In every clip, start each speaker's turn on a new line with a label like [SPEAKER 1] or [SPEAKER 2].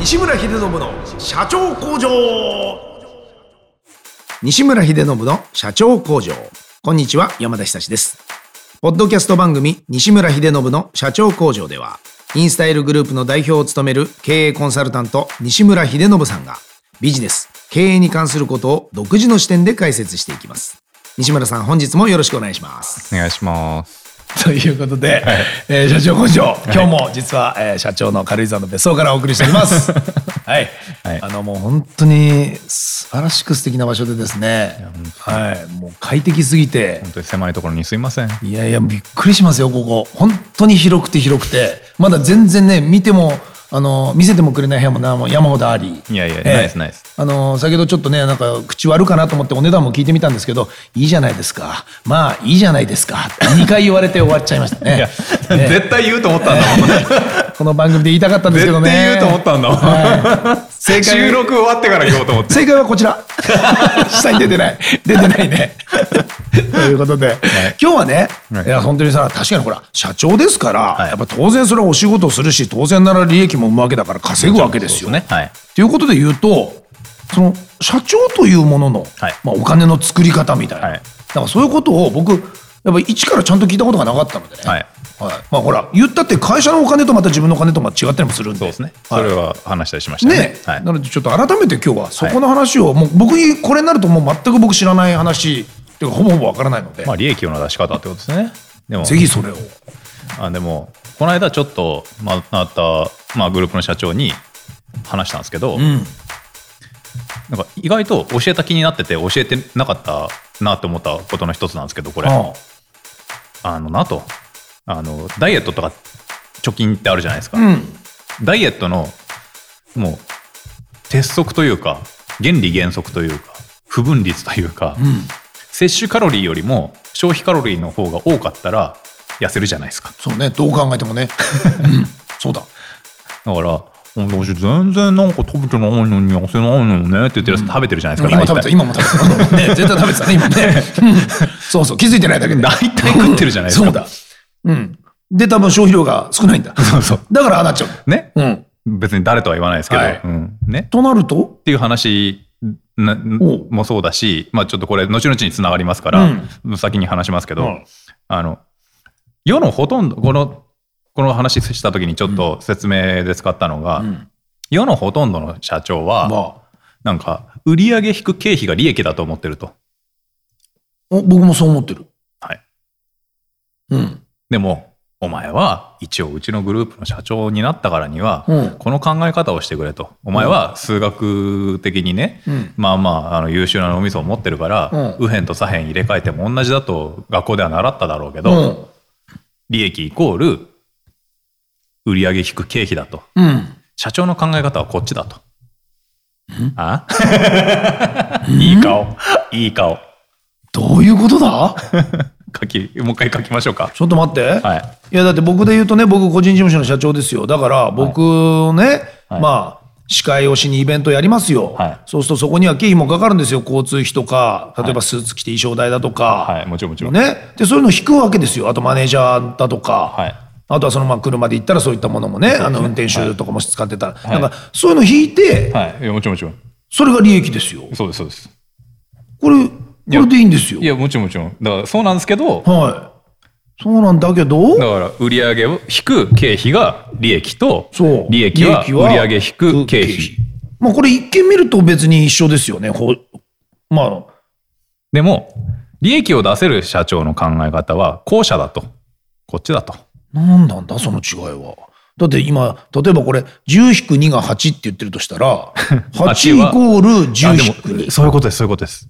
[SPEAKER 1] 西村秀信の社長工場西村秀信の社長工場こんにちは山田久志ですポッドキャスト番組西村秀信の社長工場ではインスタイルグループの代表を務める経営コンサルタント西村秀信さんがビジネス経営に関することを独自の視点で解説していきます西村さん本日もよろしくお願いします
[SPEAKER 2] お願いします。
[SPEAKER 3] ということで、えー社長工場今日も実は、えー社長の軽井沢の別荘からお送りしております。はい、
[SPEAKER 2] はい
[SPEAKER 3] あのもう本当に素晴らしく素敵な場所でですね。はい、もう快適すぎて、
[SPEAKER 2] 本当に狭いところにすいません。
[SPEAKER 3] いやいやびっくりしますよここ。本当に広くて広くて、まだ全然ね見てもあの見せてもくれない部屋もなもう山ほどあり。
[SPEAKER 2] いやいや
[SPEAKER 3] え
[SPEAKER 2] ないですないです。
[SPEAKER 3] あの先ほどちょっとねなんか口割るかなと思ってお値段も聞いてみたんですけどいいじゃないですかまあいいじゃないですか2回言われて終わっちゃいましたね。
[SPEAKER 2] いや、
[SPEAKER 3] ね
[SPEAKER 2] 絶対言うと思ったんだもん。
[SPEAKER 3] この番組で言いたかったんですけどね。
[SPEAKER 2] 絶対言うと思ったんだもん
[SPEAKER 3] はい正解
[SPEAKER 2] 収録終わってから言おうと思って。
[SPEAKER 3] 正解はこ ちら。下に出てない。出てないね。ということで、今日はね、
[SPEAKER 2] はい
[SPEAKER 3] い、や本当にさ確かにほら社長ですから、
[SPEAKER 2] はい
[SPEAKER 3] やっぱ当然それはお仕事するし当然なら利益も生むわけだから稼ぐわけですよ。
[SPEAKER 2] ね。はい。
[SPEAKER 3] ということで言うとその社長というものの、
[SPEAKER 2] はい
[SPEAKER 3] まあ、お金の作り方みたいな,、
[SPEAKER 2] はい
[SPEAKER 3] なんかそういうことを僕やっぱ一からちゃんと聞いたことがなかったのでね、
[SPEAKER 2] はい
[SPEAKER 3] まあ、ほら言ったって会社のお金とまた自分のお金とまた違ったりもするんで
[SPEAKER 2] そうですね。そ
[SPEAKER 3] はい
[SPEAKER 2] れは話したりしましたね
[SPEAKER 3] ね。
[SPEAKER 2] はい
[SPEAKER 3] な。のでちょっと改めて今日はそこの話を、もう僕にこれになるともう全く僕知らない話っていうかほぼほぼわからないので、
[SPEAKER 2] まあ利益の出し方ってことですね。でも
[SPEAKER 3] ぜひそれを
[SPEAKER 2] あでもこの間ちょっとまあったまあグループの社長に話したんですけど、
[SPEAKER 3] ん
[SPEAKER 2] なんか意外と教えた気になってて教えてなかったなと思ったことの一つなんですけどこれ。
[SPEAKER 3] あ
[SPEAKER 2] あのなとあのダイエットとか貯金ってあるじゃないですか、
[SPEAKER 3] あうん
[SPEAKER 2] ダイエットのもう鉄則というか原理原則というか不分率というか、
[SPEAKER 3] うん
[SPEAKER 2] 摂取カロリーよりも消費カロリーの方が多かったら痩せるじゃないですか
[SPEAKER 3] そうねどう考えて もね、うんそうだ
[SPEAKER 2] だから私全然なんか食べてないのに痩せないのよねって言ってるやつ食べてるじゃないですか、
[SPEAKER 3] 今食べ
[SPEAKER 2] 大体
[SPEAKER 3] てた今も食べてた、ね、絶対食べてたね今ね、 うんそうそう気づいてないだけで
[SPEAKER 2] 大体食ってるじゃないですか
[SPEAKER 3] そうだうんで多分消費量が少ないんだ
[SPEAKER 2] そうそう
[SPEAKER 3] だからああなっちゃう
[SPEAKER 2] ね
[SPEAKER 3] うん
[SPEAKER 2] 別に誰とは言わないですけど、
[SPEAKER 3] はい
[SPEAKER 2] うん、ね
[SPEAKER 3] となると
[SPEAKER 2] っていう話な
[SPEAKER 3] おう
[SPEAKER 2] もそうだし、まあ、ちょっとこれ後々につながりますから、先に話しますけど、
[SPEAKER 3] うん
[SPEAKER 2] あの世のほとんどこのこの話した時にちょっと説明で使ったのが、
[SPEAKER 3] ん
[SPEAKER 2] 世のほとんどの社長は、
[SPEAKER 3] まあ
[SPEAKER 2] なんか売上引く経費が利益だと思ってると。
[SPEAKER 3] お僕もそう思ってる
[SPEAKER 2] はい、
[SPEAKER 3] うん
[SPEAKER 2] でもお前は一応うちのグループの社長になったからには、
[SPEAKER 3] うん
[SPEAKER 2] この考え方をしてくれとお前は数学的にね、
[SPEAKER 3] うん
[SPEAKER 2] まあまああの優秀な脳みそを持ってるから、
[SPEAKER 3] うん
[SPEAKER 2] 右辺と左辺入れ替えても同じだと学校では習っただろうけ
[SPEAKER 3] う
[SPEAKER 2] ど、
[SPEAKER 3] ん
[SPEAKER 2] 利益イコール売上引く経費だと
[SPEAKER 3] うん
[SPEAKER 2] 社長の考え方はこっちだと。 あいい顔いい顔
[SPEAKER 3] どういうことだ
[SPEAKER 2] 書きもう一回書きましょうか。
[SPEAKER 3] ちょっと待って。
[SPEAKER 2] はい
[SPEAKER 3] いや、だって僕で言うとね、僕個人事務所の社長ですよ。だから僕ね、
[SPEAKER 2] はい
[SPEAKER 3] まあ、司会をしにイベントやりますよ、
[SPEAKER 2] はい
[SPEAKER 3] そうするとそこには経費もかかるんですよ。交通費とか、例えばスーツ着て衣装代だと
[SPEAKER 2] は
[SPEAKER 3] か。
[SPEAKER 2] いもちろんもちろん。
[SPEAKER 3] ね。で、そういうの引くわけですよ。あとマネージャーだとか。
[SPEAKER 2] はい
[SPEAKER 3] あとはそのまあ車で行ったらそういったものもね、あの運転手とかもし使ってたら、
[SPEAKER 2] い
[SPEAKER 3] なんかそういうの引いて、
[SPEAKER 2] はいいやもちろんもちろん
[SPEAKER 3] それが利益ですよ。
[SPEAKER 2] そうですそうです。
[SPEAKER 3] これ、これでいいんですよ
[SPEAKER 2] い。やもちろんもちろんだからそうなんですけど
[SPEAKER 3] はい。そうなんだけど、
[SPEAKER 2] だから売上を引く経費が利益と
[SPEAKER 3] そう
[SPEAKER 2] 利益は売上引く経費。
[SPEAKER 3] まあこれ一見見ると別に一緒ですよね。ほまあ、
[SPEAKER 2] でも、利益を出せる社長の考え方は、後者だと。こっちだと。
[SPEAKER 3] なんなんだその違いは。だって今、例えばこれ、10-2が8って言ってるとし たら、8イコール
[SPEAKER 2] あ
[SPEAKER 3] 10-2。
[SPEAKER 2] そういうことです、そういうことです。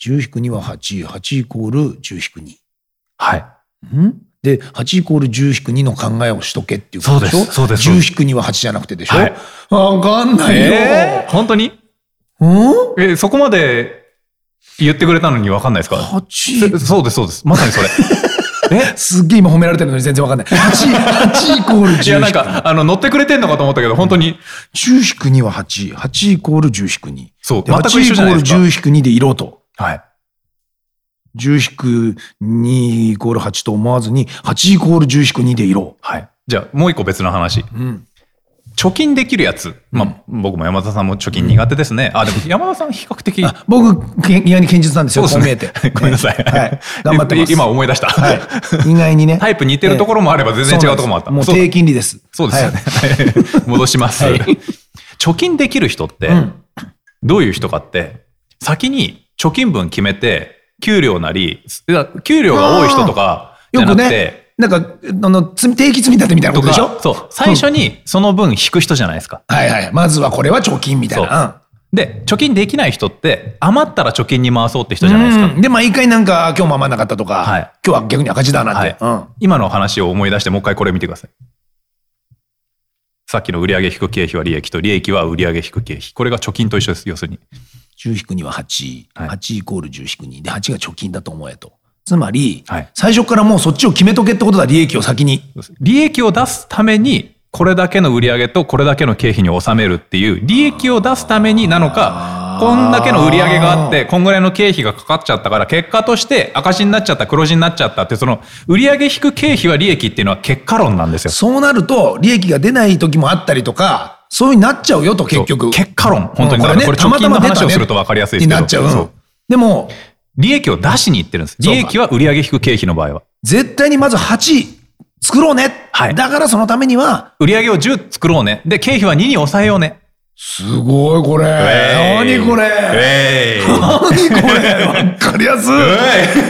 [SPEAKER 3] 10-2は8、8イコール10-2。
[SPEAKER 2] はい。
[SPEAKER 3] んで、8イコール10-2の考えをしとけっていうことでしょ
[SPEAKER 2] そうですそうですそうです
[SPEAKER 3] 10-2は8じゃなくてでしょ、
[SPEAKER 2] はい
[SPEAKER 3] わかんないよ。
[SPEAKER 2] 本当に
[SPEAKER 3] うん
[SPEAKER 2] え、そこまで言ってくれたのに分かんないです か
[SPEAKER 3] ?8
[SPEAKER 2] えそうです、そうです。まさ にそれ。え
[SPEAKER 3] すっげえ今褒められてるのに全然わかんない。8、8イコール10。
[SPEAKER 2] いや、なんか、あの、乗ってくれてんのかと思ったけど、本当に、
[SPEAKER 3] 10引く2は8。8イコール10引く2。
[SPEAKER 2] そう
[SPEAKER 3] で
[SPEAKER 2] 全く一緒じゃないですか
[SPEAKER 3] 8イコール10引く2でいろと。
[SPEAKER 2] はい。
[SPEAKER 3] 10-2イコール8と思わずに、8イコール10-2でいろ
[SPEAKER 2] はい。じゃあ、もう一個別の話。
[SPEAKER 3] う。うん。
[SPEAKER 2] 貯金できるやつ。まあ、僕も山田さんも貯金苦手ですね。あ、でも山田さん比較的。
[SPEAKER 3] あ僕、け意外に堅実なんですよ、
[SPEAKER 2] そう
[SPEAKER 3] こう見
[SPEAKER 2] で
[SPEAKER 3] え
[SPEAKER 2] すね
[SPEAKER 3] て。
[SPEAKER 2] ごめんなさい。
[SPEAKER 3] ねはい。頑張ってます。
[SPEAKER 2] 今思い出した。
[SPEAKER 3] はい。意外に ね。
[SPEAKER 2] タイプ似てるところもあれば全然違うところもあった。
[SPEAKER 3] そうなんです
[SPEAKER 2] そ
[SPEAKER 3] も
[SPEAKER 2] う
[SPEAKER 3] う低金 利です。
[SPEAKER 2] そうですよね。 戻します。貯金できる人って、
[SPEAKER 3] うん
[SPEAKER 2] どういう人かって、先に貯金分決めて、給料なり、すいや給料が多い人とか、じ
[SPEAKER 3] よ
[SPEAKER 2] ゃな
[SPEAKER 3] く
[SPEAKER 2] くて、
[SPEAKER 3] ね、なんか、あの、積み定期積み立てみたいな
[SPEAKER 2] と
[SPEAKER 3] ことでしょ
[SPEAKER 2] か、そう、最初にその分引く人じゃないですか。
[SPEAKER 3] はいはい。まずはこれは貯金みたいな。
[SPEAKER 2] で、貯金できない人って、余ったら貯金に回そうって人
[SPEAKER 3] うん
[SPEAKER 2] じゃないですか。
[SPEAKER 3] うんで、毎回なんか、今日も余んなかったとか、
[SPEAKER 2] はい
[SPEAKER 3] 今日は逆に赤字だなって。
[SPEAKER 2] は
[SPEAKER 3] うん
[SPEAKER 2] 今の話を思い出して、もう一回これ見てください。さっきの売上引く経費は利益と、利益は売上引く経費。これが貯金と一緒です、要するに。
[SPEAKER 3] 10引く2は8、
[SPEAKER 2] はい
[SPEAKER 3] 8イコール10引く2で、8が貯金だと思えと。つまり、
[SPEAKER 2] はい
[SPEAKER 3] 最初からもうそっちを決めとけってことだ、利益を先に。
[SPEAKER 2] 利益を出すために、これだけの売上とこれだけの経費に収めるっていう、利益を出すためになのか、こんだけの売上があって、こんぐらいの経費がかかっちゃったから、結果として赤字になっちゃった、黒字になっちゃったって、その、売上引く経費は利益っていうのは結果論なんですよ。
[SPEAKER 3] そうなると、利益が出ない時もあったりとか、そういうふうになっちゃうよと、結
[SPEAKER 2] そう
[SPEAKER 3] 局。
[SPEAKER 2] 結果論、本当に。だからこれ、貯金の話をすると分かりやすいです
[SPEAKER 3] に
[SPEAKER 2] けど。
[SPEAKER 3] なっちゃう。う
[SPEAKER 2] そ
[SPEAKER 3] んでも、
[SPEAKER 2] 利益を出しに行ってるんです。
[SPEAKER 3] そう
[SPEAKER 2] 利
[SPEAKER 3] か
[SPEAKER 2] 益は売上引く経費の場合は。
[SPEAKER 3] 絶対にまず8作ろうね。
[SPEAKER 2] はい
[SPEAKER 3] だからそのためには、
[SPEAKER 2] 売上を10作ろうね。で、経費は2に抑えようね。
[SPEAKER 3] すごいこれ。何これ。
[SPEAKER 2] えー
[SPEAKER 3] 何こ れ。わかりやすい。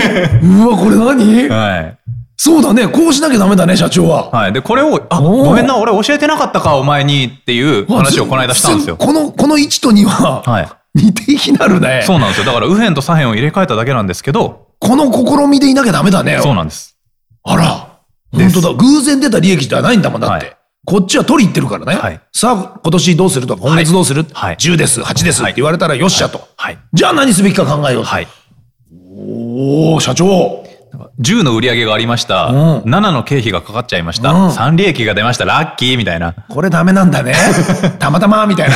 [SPEAKER 2] え
[SPEAKER 3] うわ、これ何
[SPEAKER 2] ーはい。
[SPEAKER 3] そうだね。こうしなきゃダメだね、社長は。
[SPEAKER 2] はい。で、これを、あ、
[SPEAKER 3] おー
[SPEAKER 2] ごめんな、俺教えてなかったか、お前にっていう話をこの間したんですよ
[SPEAKER 3] わ。この、この1と2は、
[SPEAKER 2] はい。
[SPEAKER 3] 似て非なるね。
[SPEAKER 2] そうなんですよ。だから、右辺と左辺を入れ替えただけなんですけど、
[SPEAKER 3] この試みでいなきゃダメだね。
[SPEAKER 2] そうなんです。
[SPEAKER 3] あら。
[SPEAKER 2] で
[SPEAKER 3] 本
[SPEAKER 2] す
[SPEAKER 3] 当だ。偶然出た利益じゃないんだもんだって。
[SPEAKER 2] はい
[SPEAKER 3] こっちは取りに行ってるからね。
[SPEAKER 2] はい
[SPEAKER 3] さあ、今年どうするとか、今月どうする、
[SPEAKER 2] はい
[SPEAKER 3] ?10 です、8です、
[SPEAKER 2] はい
[SPEAKER 3] って言われたらよっしゃと。
[SPEAKER 2] はい。
[SPEAKER 3] じゃあ何すべきか考えよう。
[SPEAKER 2] はい。
[SPEAKER 3] おお社長。
[SPEAKER 2] 10の売り上げがありました。
[SPEAKER 3] うん
[SPEAKER 2] 7の経費がかかっちゃいました。
[SPEAKER 3] うん
[SPEAKER 2] 3利益が出ました。ラッキーみたいな。
[SPEAKER 3] これダメなん だね。たまたま、みたいな。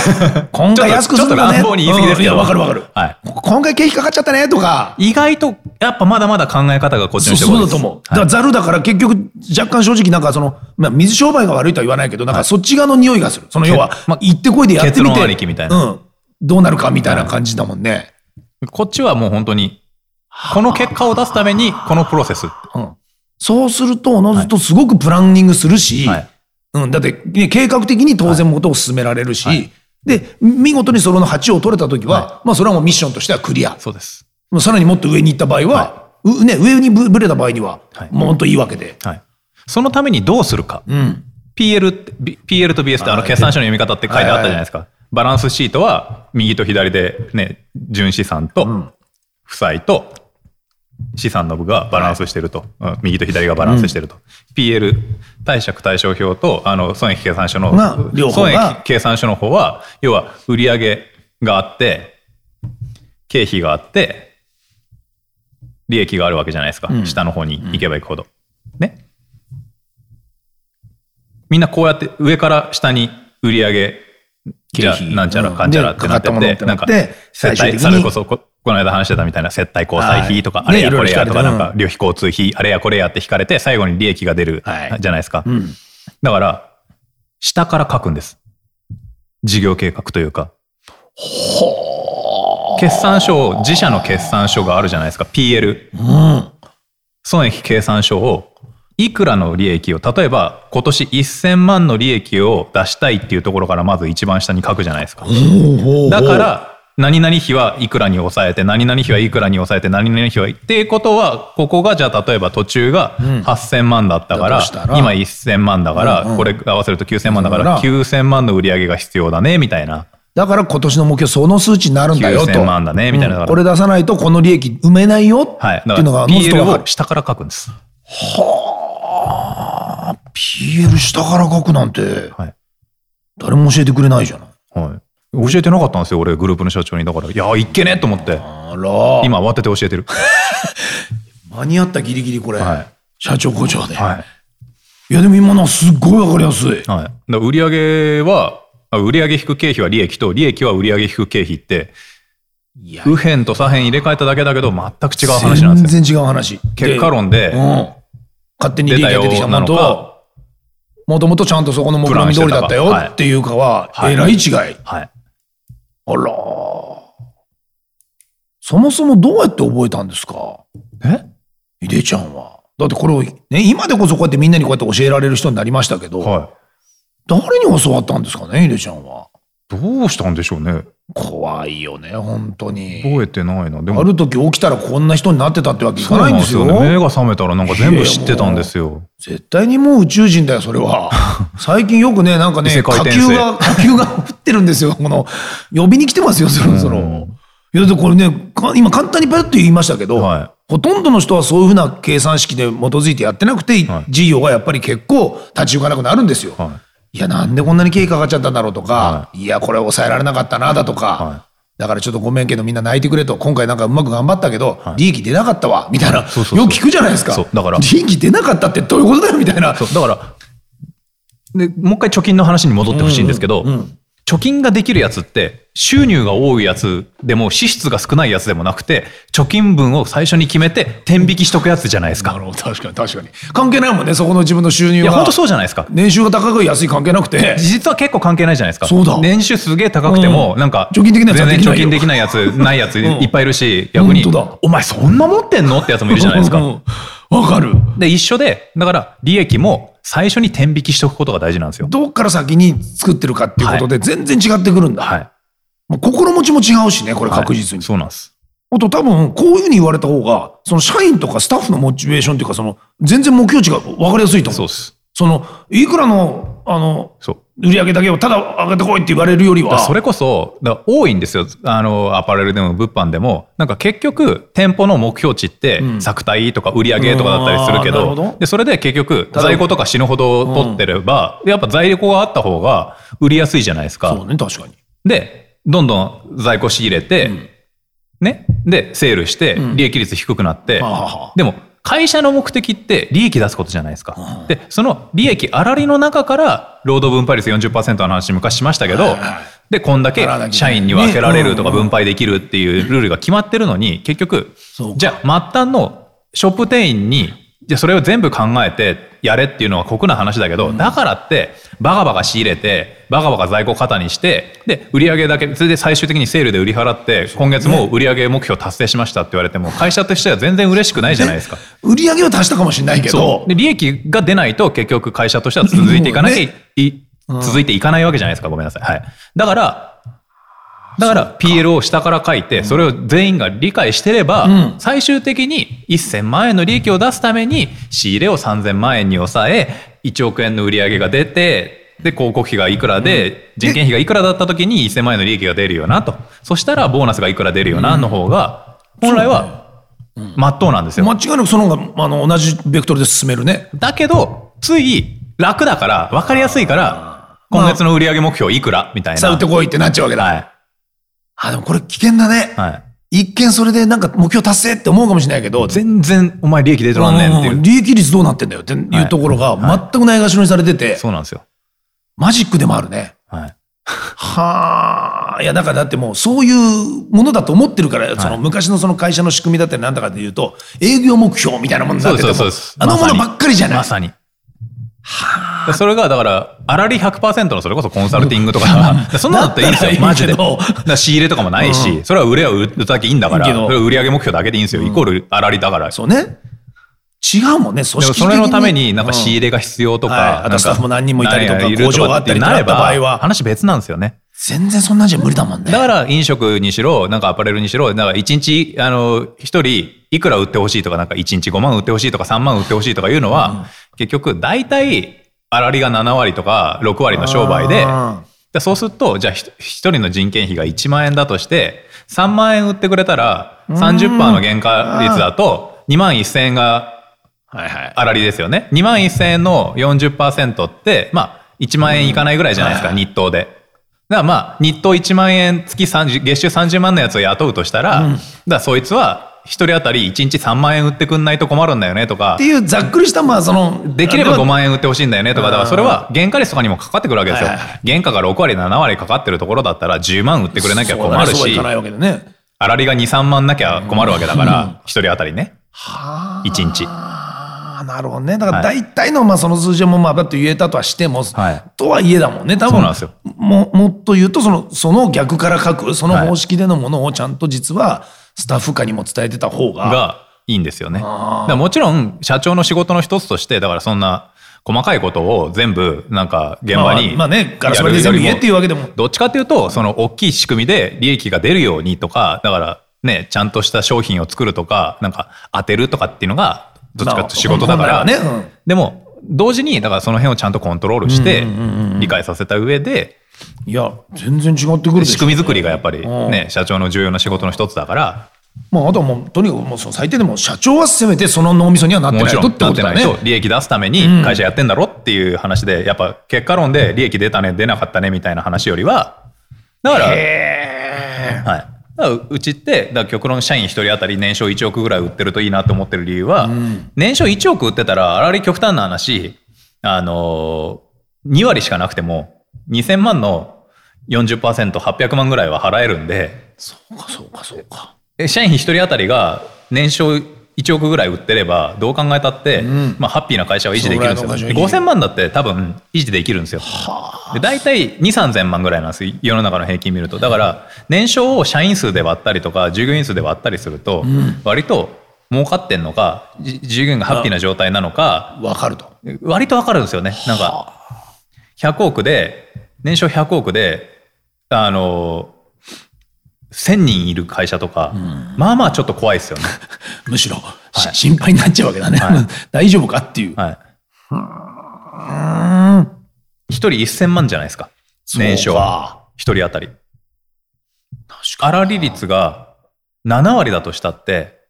[SPEAKER 3] 今回安くするんだね。
[SPEAKER 2] ちょっとちょっと乱暴に言い過ぎですけど
[SPEAKER 3] うんいやわかるわかる。
[SPEAKER 2] はい。
[SPEAKER 3] 今回経費かかっちゃったね、とか。
[SPEAKER 2] 意外と、やっぱまだまだ考え方がこっち
[SPEAKER 3] そ
[SPEAKER 2] の人が多い
[SPEAKER 3] うそうだ
[SPEAKER 2] です
[SPEAKER 3] と思う。だ
[SPEAKER 2] は
[SPEAKER 3] か
[SPEAKER 2] い
[SPEAKER 3] らざるだから結局若干正直なんかその、まあ、水商売が悪いとは言わないけど、なんかそっち側の匂いがする。その要は、
[SPEAKER 2] まあ
[SPEAKER 3] 行ってこいでやって
[SPEAKER 2] 結
[SPEAKER 3] み
[SPEAKER 2] 論あ
[SPEAKER 3] て。
[SPEAKER 2] りきみたいな
[SPEAKER 3] うん。どうなるかみたいな感じだもんね。
[SPEAKER 2] こっちはもう本当に、この結果を出すために、このプロセス。
[SPEAKER 3] うん。そうすると、おのずとすごくプランニングするし、
[SPEAKER 2] はい
[SPEAKER 3] うん。だって、ね、計画的に当然のことを進められるし、
[SPEAKER 2] はい
[SPEAKER 3] で、見事にその8を取れたときは、まあそれはもうミッションとしてはクリア。
[SPEAKER 2] そうです。
[SPEAKER 3] もうさらにもっと上に行った場合は、うね、上にぶぶれた場合には、
[SPEAKER 2] はい
[SPEAKER 3] もうほんといいわけで。
[SPEAKER 2] はい。そのためにどうするか。
[SPEAKER 3] うん。
[SPEAKER 2] PL って、B- PL と BS ってあの決算書の読み方って書いてあったじゃないですか。バランスシートは右と左でね、純資産と負債と資産の部がバランスしてると。うん右と左がバランスしてると。PL、貸借対照表とあの損益計算書の
[SPEAKER 3] が、両方
[SPEAKER 2] 損
[SPEAKER 3] が
[SPEAKER 2] 益計算書の方は、要は売上があって、経費があって、利益があるわけじゃないですか。
[SPEAKER 3] ん
[SPEAKER 2] 下の方に行けば行くほど。ね。みんなこうやって上から下に売り上げ、じゃあ
[SPEAKER 3] 経費
[SPEAKER 2] なんちゃらかんちゃらってなって
[SPEAKER 3] うんで
[SPEAKER 2] て、なん
[SPEAKER 3] かか
[SPEAKER 2] か
[SPEAKER 3] ったものってなって、
[SPEAKER 2] 接
[SPEAKER 3] 最終
[SPEAKER 2] 待、
[SPEAKER 3] 的に
[SPEAKER 2] それこそこ、この間話してたみたいな接待交際費とか、
[SPEAKER 3] はい
[SPEAKER 2] あれや
[SPEAKER 3] ね
[SPEAKER 2] これやとか、
[SPEAKER 3] いろいろ聞かれた
[SPEAKER 2] なんか、旅費交通費、あれやこれやって引かれて、最後に利益が出る
[SPEAKER 3] はい
[SPEAKER 2] じゃないですか。
[SPEAKER 3] うん。
[SPEAKER 2] だから、下から書くんです。事業計画というか。決算書を、自社の決算書があるじゃないですか。PL。
[SPEAKER 3] うん。
[SPEAKER 2] 損益計算書をいくらの利益を例えば今年1000万の利益を出したいっていうところからまず一番下に書くじゃないですかだから何々費はいくらに抑えて何々費はいくらに抑えて何々費はっていうことはここがじゃあ例えば途中が8000万だったか
[SPEAKER 3] だ
[SPEAKER 2] ら
[SPEAKER 3] としたら
[SPEAKER 2] 今1000万だから
[SPEAKER 3] うんうん
[SPEAKER 2] これ合わせると9000万だか
[SPEAKER 3] だからら
[SPEAKER 2] 9000万の売り上げが必要だねみたいな
[SPEAKER 3] だから今年の目標その数値になるんだよと。
[SPEAKER 2] 9000万だねみたいな
[SPEAKER 3] うんこれ出さないとこの利益埋めないよって
[SPEAKER 2] はい
[SPEAKER 3] い
[SPEAKER 2] だか
[SPEAKER 3] うのが
[SPEAKER 2] ら
[SPEAKER 3] おのずと
[SPEAKER 2] PL
[SPEAKER 3] 分かる
[SPEAKER 2] を。下から書くんです
[SPEAKER 3] PL 下から書くなんて
[SPEAKER 2] はい
[SPEAKER 3] 誰も教えてくれないじゃない。
[SPEAKER 2] はい教えてなかったんですよ俺グループの社長にだからいやーいっけねえと思って
[SPEAKER 3] あら。
[SPEAKER 2] 今慌てて教えてる。
[SPEAKER 3] 間に合ったギリギリこれ。
[SPEAKER 2] はい
[SPEAKER 3] 社長校長で。い、
[SPEAKER 2] はい。
[SPEAKER 3] やでも今のはすっごい分かりやすい。
[SPEAKER 2] はい。だから売上は、あ売上引く経費は利益と、利益は売上引く経費って、
[SPEAKER 3] いや
[SPEAKER 2] 右辺と左辺入れ替えただけだけど、全く違う話なん
[SPEAKER 3] 全
[SPEAKER 2] ですよ。
[SPEAKER 3] 然違う話。
[SPEAKER 2] 結果論
[SPEAKER 3] で、う
[SPEAKER 2] で、
[SPEAKER 3] ん。勝手に利
[SPEAKER 2] 出
[SPEAKER 3] 益
[SPEAKER 2] た
[SPEAKER 3] が出てき
[SPEAKER 2] よ
[SPEAKER 3] た
[SPEAKER 2] うな
[SPEAKER 3] もの
[SPEAKER 2] の
[SPEAKER 3] と、
[SPEAKER 2] か、
[SPEAKER 3] もともとちゃんとそこの目論見通りだったよ
[SPEAKER 2] プランしてたかはい
[SPEAKER 3] っていうかは、
[SPEAKER 2] はい
[SPEAKER 3] えらい違い。
[SPEAKER 2] はい。
[SPEAKER 3] あらーそもそもどうやって覚えたんですか
[SPEAKER 2] え
[SPEAKER 3] 井出ちゃんは。だってこれを、ね、今でこそこうやってみんなにこうやって教えられる人になりましたけど、
[SPEAKER 2] は
[SPEAKER 3] 誰に教わったんですかね、井出ちゃんは。
[SPEAKER 2] い。どうしたんでしょうね。
[SPEAKER 3] 怖いよね、本当に。
[SPEAKER 2] 覚えてないな。で
[SPEAKER 3] あ
[SPEAKER 2] も、
[SPEAKER 3] る時起きたらこんな人になってたってわけい
[SPEAKER 2] そ
[SPEAKER 3] か
[SPEAKER 2] う
[SPEAKER 3] ない
[SPEAKER 2] な
[SPEAKER 3] ん
[SPEAKER 2] ん
[SPEAKER 3] で
[SPEAKER 2] ですす
[SPEAKER 3] よ。
[SPEAKER 2] よね。目が覚めたらなんか全部知ってたんですよ。
[SPEAKER 3] 絶対にもう宇宙人だよ、それ は。最近よくね、なんかね、
[SPEAKER 2] 異世界
[SPEAKER 3] 火
[SPEAKER 2] 転
[SPEAKER 3] 球
[SPEAKER 2] 生
[SPEAKER 3] が、火球が降ってるんですよ。この、呼びに来てますよ、そろそろ。
[SPEAKER 2] うん
[SPEAKER 3] いや、だってこれね、か今簡単にパッと言いましたけど、
[SPEAKER 2] は
[SPEAKER 3] ほとんどの人はそういうふうな計算式で基づいてやってなくて、
[SPEAKER 2] はい
[SPEAKER 3] 事業がやっぱり結構立ち行かなくなるんですよ。、
[SPEAKER 2] はい
[SPEAKER 3] や、なんでこんなに経費かかっちゃったんだろうとか、、
[SPEAKER 2] はい
[SPEAKER 3] や、これ抑えられなかったな、だとか、
[SPEAKER 2] は
[SPEAKER 3] だからちょっとごめんけどみんな泣いてくれと、今回なんかうまく頑張ったけど、利益出なかったわ、みたいな、
[SPEAKER 2] そうそうそう
[SPEAKER 3] よく聞くじゃないですか。
[SPEAKER 2] そうだから
[SPEAKER 3] 利益出なかったってどういうことだよ、みたいな。
[SPEAKER 2] そうだからでもう一回貯金の話に戻ってほしいんですけど、貯金ができるやつって収入が多いやつでも支出が少ないやつでもなくて貯金分を最初に決めて天引きしとくやつじゃないです
[SPEAKER 3] な
[SPEAKER 2] か。
[SPEAKER 3] るほど、確かに確かに。関係ないもんね、そこの自分の収入
[SPEAKER 2] いや
[SPEAKER 3] が
[SPEAKER 2] 本当。そうじゃないですか。
[SPEAKER 3] 年収が高く安い関係なくて。
[SPEAKER 2] 実は結構関係ないじゃないですか。
[SPEAKER 3] そうだ
[SPEAKER 2] 年収すげえ高くても、
[SPEAKER 3] うん
[SPEAKER 2] なんか、
[SPEAKER 3] 貯金できないやつは
[SPEAKER 2] 全然
[SPEAKER 3] できないよ
[SPEAKER 2] 貯金できないやつ、ないやつ
[SPEAKER 3] ん
[SPEAKER 2] いっぱいいるし、逆に
[SPEAKER 3] 本当だ、
[SPEAKER 2] お前そんな持ってんのってやつもいるじゃないですか。
[SPEAKER 3] うん。わかる。
[SPEAKER 2] で、一緒で、だから、利益も最初に天引きしとくことが大事なんですよ。
[SPEAKER 3] どっから先に作ってるかっていうことで全然違ってくるんだ。
[SPEAKER 2] はい。
[SPEAKER 3] もう心持ちも違うしね、これ
[SPEAKER 2] はい
[SPEAKER 3] 確実に。
[SPEAKER 2] そうなんです。
[SPEAKER 3] あと多分、こういうふうに言われた方が、その社員とかスタッフのモチベーションっていうか、その、全然目標値が分かりやすいと
[SPEAKER 2] そ
[SPEAKER 3] 思
[SPEAKER 2] う
[SPEAKER 3] う。
[SPEAKER 2] っす。
[SPEAKER 3] その、いくらの、あの、
[SPEAKER 2] そう。
[SPEAKER 3] 売り上げだけをただ上げてこいって言われるより
[SPEAKER 2] だ
[SPEAKER 3] は。
[SPEAKER 2] からそれこそ、だから多いんですよ。あの、アパレルでも物販でも、なんか結局、店舗の目標値って、作体とか売り上げとかだったりするけ
[SPEAKER 3] うん
[SPEAKER 2] ど、
[SPEAKER 3] あーなるほど
[SPEAKER 2] で、それで結局、在庫とか死ぬほど取ってれば、やっぱ在庫があった方が売りやすいじゃないです
[SPEAKER 3] そう
[SPEAKER 2] か。
[SPEAKER 3] ね、確かに。
[SPEAKER 2] で、どんどん在庫仕入れて、ね、で、セールして、利益率低くなって、
[SPEAKER 3] はあはあはあ
[SPEAKER 2] でも、会社の目的って利益出すことじゃないですか。で、その利益あらりの中から、労働分配率40%の話昔しましたけど、で、こんだけ
[SPEAKER 3] 払わなきゃいけない
[SPEAKER 2] 社員に分けられるとか
[SPEAKER 3] ねうん
[SPEAKER 2] 分配できるっていうルールが決まってるのに、結局
[SPEAKER 3] そうか、
[SPEAKER 2] じゃあ末端のショップ店員に、じゃあそれを全部考えてやれっていうのは酷な話だけど、だからって、バカバカ仕入れて、バカバカ在庫肩にして、で、売り上げだけ、それで最終的にセールで売り払って、今月もう売り上げ目標達成しましたって言われても、会社としては全然嬉しくないじゃないですか。
[SPEAKER 3] 売り上げは足したかもしれないけ
[SPEAKER 2] そ
[SPEAKER 3] ど
[SPEAKER 2] う。、で利益が出ないと結局会社としては続いていかなきゃい、い続いていかないわけじゃないですかごめんなさい、はい、だからだから PL を下から書いてそれを全員が理解してれば、最終的に1000万円の利益を出すために仕入れを3000万円に抑え1億円の売り上げが出てで広告費がいくらで人件費がいくらだった時に1000万円の利益が出るよなとそしたらボーナスがいくら出るよなの方が本来はまっとうなんですよ
[SPEAKER 3] 間違いなくその方が、あの、同じベクトルで進めるね。
[SPEAKER 2] だけど、つい楽だから、分かりやすいから、今月の売上目標いくらみたいな。
[SPEAKER 3] さあ、売ってこいってなっちゃうわけだ。
[SPEAKER 2] はい。
[SPEAKER 3] あ、でもこれ危険だね。
[SPEAKER 2] はい。
[SPEAKER 3] 一見それでなんか目標達成って思うかもしれないけど、
[SPEAKER 2] 全然、お前利益出てらんねんって
[SPEAKER 3] うん
[SPEAKER 2] いう。
[SPEAKER 3] 利益率どうなってんだよっていうところが全くないがしろにされてて、
[SPEAKER 2] そうなんですよ。
[SPEAKER 3] マジックでもあるね。
[SPEAKER 2] はい。
[SPEAKER 3] はあ。いや、だからだってもうそういうものだと思ってるから、その昔のその会社の仕組みだったりなんだかで言うと、営業目標みたいなものにな
[SPEAKER 2] そ
[SPEAKER 3] っ
[SPEAKER 2] う
[SPEAKER 3] て
[SPEAKER 2] そうそ
[SPEAKER 3] ても
[SPEAKER 2] うです。
[SPEAKER 3] あのも
[SPEAKER 2] まさ
[SPEAKER 3] の
[SPEAKER 2] に
[SPEAKER 3] ばっかりじゃない。
[SPEAKER 2] まさに。はそれが、だから、あらり100%のそれこそコンサルティングと か、 そんなのっていいんですよ
[SPEAKER 3] だっ、たらい
[SPEAKER 2] マ
[SPEAKER 3] いけ
[SPEAKER 2] ジで。だ
[SPEAKER 3] ど
[SPEAKER 2] から仕入れとかもないし、それは売れは売るだけいいんだから、
[SPEAKER 3] いい
[SPEAKER 2] そ
[SPEAKER 3] け
[SPEAKER 2] れ
[SPEAKER 3] ど
[SPEAKER 2] は売上目標だけでいいんですよ、イコールあらりだから。
[SPEAKER 3] そうね。違うもんね、組織
[SPEAKER 2] でも
[SPEAKER 3] 的
[SPEAKER 2] それのためになんか仕入れが必要と
[SPEAKER 3] はい
[SPEAKER 2] か、
[SPEAKER 3] あと
[SPEAKER 2] なんか
[SPEAKER 3] スタッフも何人もいたりとか
[SPEAKER 2] 何人いる
[SPEAKER 3] 工場があったりとか
[SPEAKER 2] なれば
[SPEAKER 3] なった場合は
[SPEAKER 2] 話別なんですよね。
[SPEAKER 3] 全然そんなんじゃ無理だもんね。
[SPEAKER 2] だから飲食にしろ、なんかアパレルにしろ、なんか一日、あの、一人いくら売ってほしいとか、なんか一日5万売ってほしいとか3万売ってほしいとかいうのは、結局大体、あらりが7割とか6割の商売で、
[SPEAKER 3] あ
[SPEAKER 2] でそうすると、じゃあひ一人の人件費が1万円だとして、3万円売ってくれたら、30%の原価率だと、2万1000円が
[SPEAKER 3] ーはいはい。
[SPEAKER 2] あらりですよね。2万1000円の40%って、まあ、1万円いかないぐらいじゃないですか、日当で。だからまあ、日当1万円、月30、月収30万のやつを雇うとしたら、だからそいつは、1人当たり1日3万円売ってくんないと困るんだよねとか
[SPEAKER 3] って、いうざっくりした、まあその、
[SPEAKER 2] できれば5
[SPEAKER 3] 万
[SPEAKER 2] 万円売ってほしいんだよねとか、だからそれは原価率とかにもかかってくるわけですよ
[SPEAKER 3] はいはいは。
[SPEAKER 2] 原価が6割、7割かかってるところだったら10万売ってくれなきゃ困る
[SPEAKER 3] そう
[SPEAKER 2] し
[SPEAKER 3] いか、ないわけでね。
[SPEAKER 2] あらりが2、3万なきゃ困るわけだから、一人当たりね。
[SPEAKER 3] はあ
[SPEAKER 2] 一日
[SPEAKER 3] ああなるほどねだから大体の、まあ、その数字もまあだって言えたとはしても、
[SPEAKER 2] はい
[SPEAKER 3] とはいえだもんね多分
[SPEAKER 2] そうなんですよ
[SPEAKER 3] ももっと言うとそのその逆から書くその方式でのものをちゃんと実はスタッフ下にも伝えてた方が。
[SPEAKER 2] がいいんですよね。だ
[SPEAKER 3] あー
[SPEAKER 2] からもちろん社長の仕事の一つとしてだからそんな細かいことを全部なんか現場にやるよりも、
[SPEAKER 3] まあまあねガラス張りで全部言えっていうわけでも
[SPEAKER 2] どっちかっていうとその大きい仕組みで利益が出るようにとかだからねちゃんとした商品を作るとかなんか当てるとかっていうのがどっちかっていうと仕事だから、
[SPEAKER 3] まあ本来はねうん
[SPEAKER 2] でも同時にだからその辺をちゃんとコントロールして理解させた上で
[SPEAKER 3] いや全然違ってくるでしょ
[SPEAKER 2] 仕組み作りがやっぱり
[SPEAKER 3] うん
[SPEAKER 2] ね社長の重要な仕事の一つだから
[SPEAKER 3] まあ、あとはもうとにかくもうその最低でも社長はせめてその脳みそにはなって
[SPEAKER 2] も
[SPEAKER 3] ない
[SPEAKER 2] ちろ
[SPEAKER 3] と
[SPEAKER 2] ん
[SPEAKER 3] ってことだ
[SPEAKER 2] なってない
[SPEAKER 3] ね
[SPEAKER 2] と利益出すために会社やってんだろっていう話で、やっぱ結果論で利益出たね出なかったねみたいな話よりはだから,、はい、
[SPEAKER 3] へ
[SPEAKER 2] だからうちってだから極論社員一人当たり年商1億ぐらい売ってるといいなと思ってる理由は、年商1億売ってたらあらり極端な話あのー、2割しかなくても2000万の 40%800 万ぐらいは払えるんで。
[SPEAKER 3] そうかそうかそうか
[SPEAKER 2] え社員一人当たりが年商1億ぐらい売ってればどう考えたって、まあ、ハッピーな会社は維持できるんですよ
[SPEAKER 3] それはどうかしら
[SPEAKER 2] 5000万だって多分維持できるんですよで大体2 3千万ぐらいなんですよ世の中の平均見るとだから年商を社員数で割ったりとか従業員数で割ったりすると、割と儲かってんのかじ従業員がハッピーな状態なのか
[SPEAKER 3] わかると
[SPEAKER 2] 割とわかるんですよねなんか100億で年商100億であの1000人いる会社とか、まあまあちょっと怖いですよね、
[SPEAKER 3] むしろ、し心配になっちゃうわけだね、
[SPEAKER 2] はい
[SPEAKER 3] 大丈夫かっていう、
[SPEAKER 2] はい、
[SPEAKER 3] うーん
[SPEAKER 2] 1人1000万じゃないですか
[SPEAKER 3] そうか
[SPEAKER 2] 年商1人当たり粗利率が7割だとしたって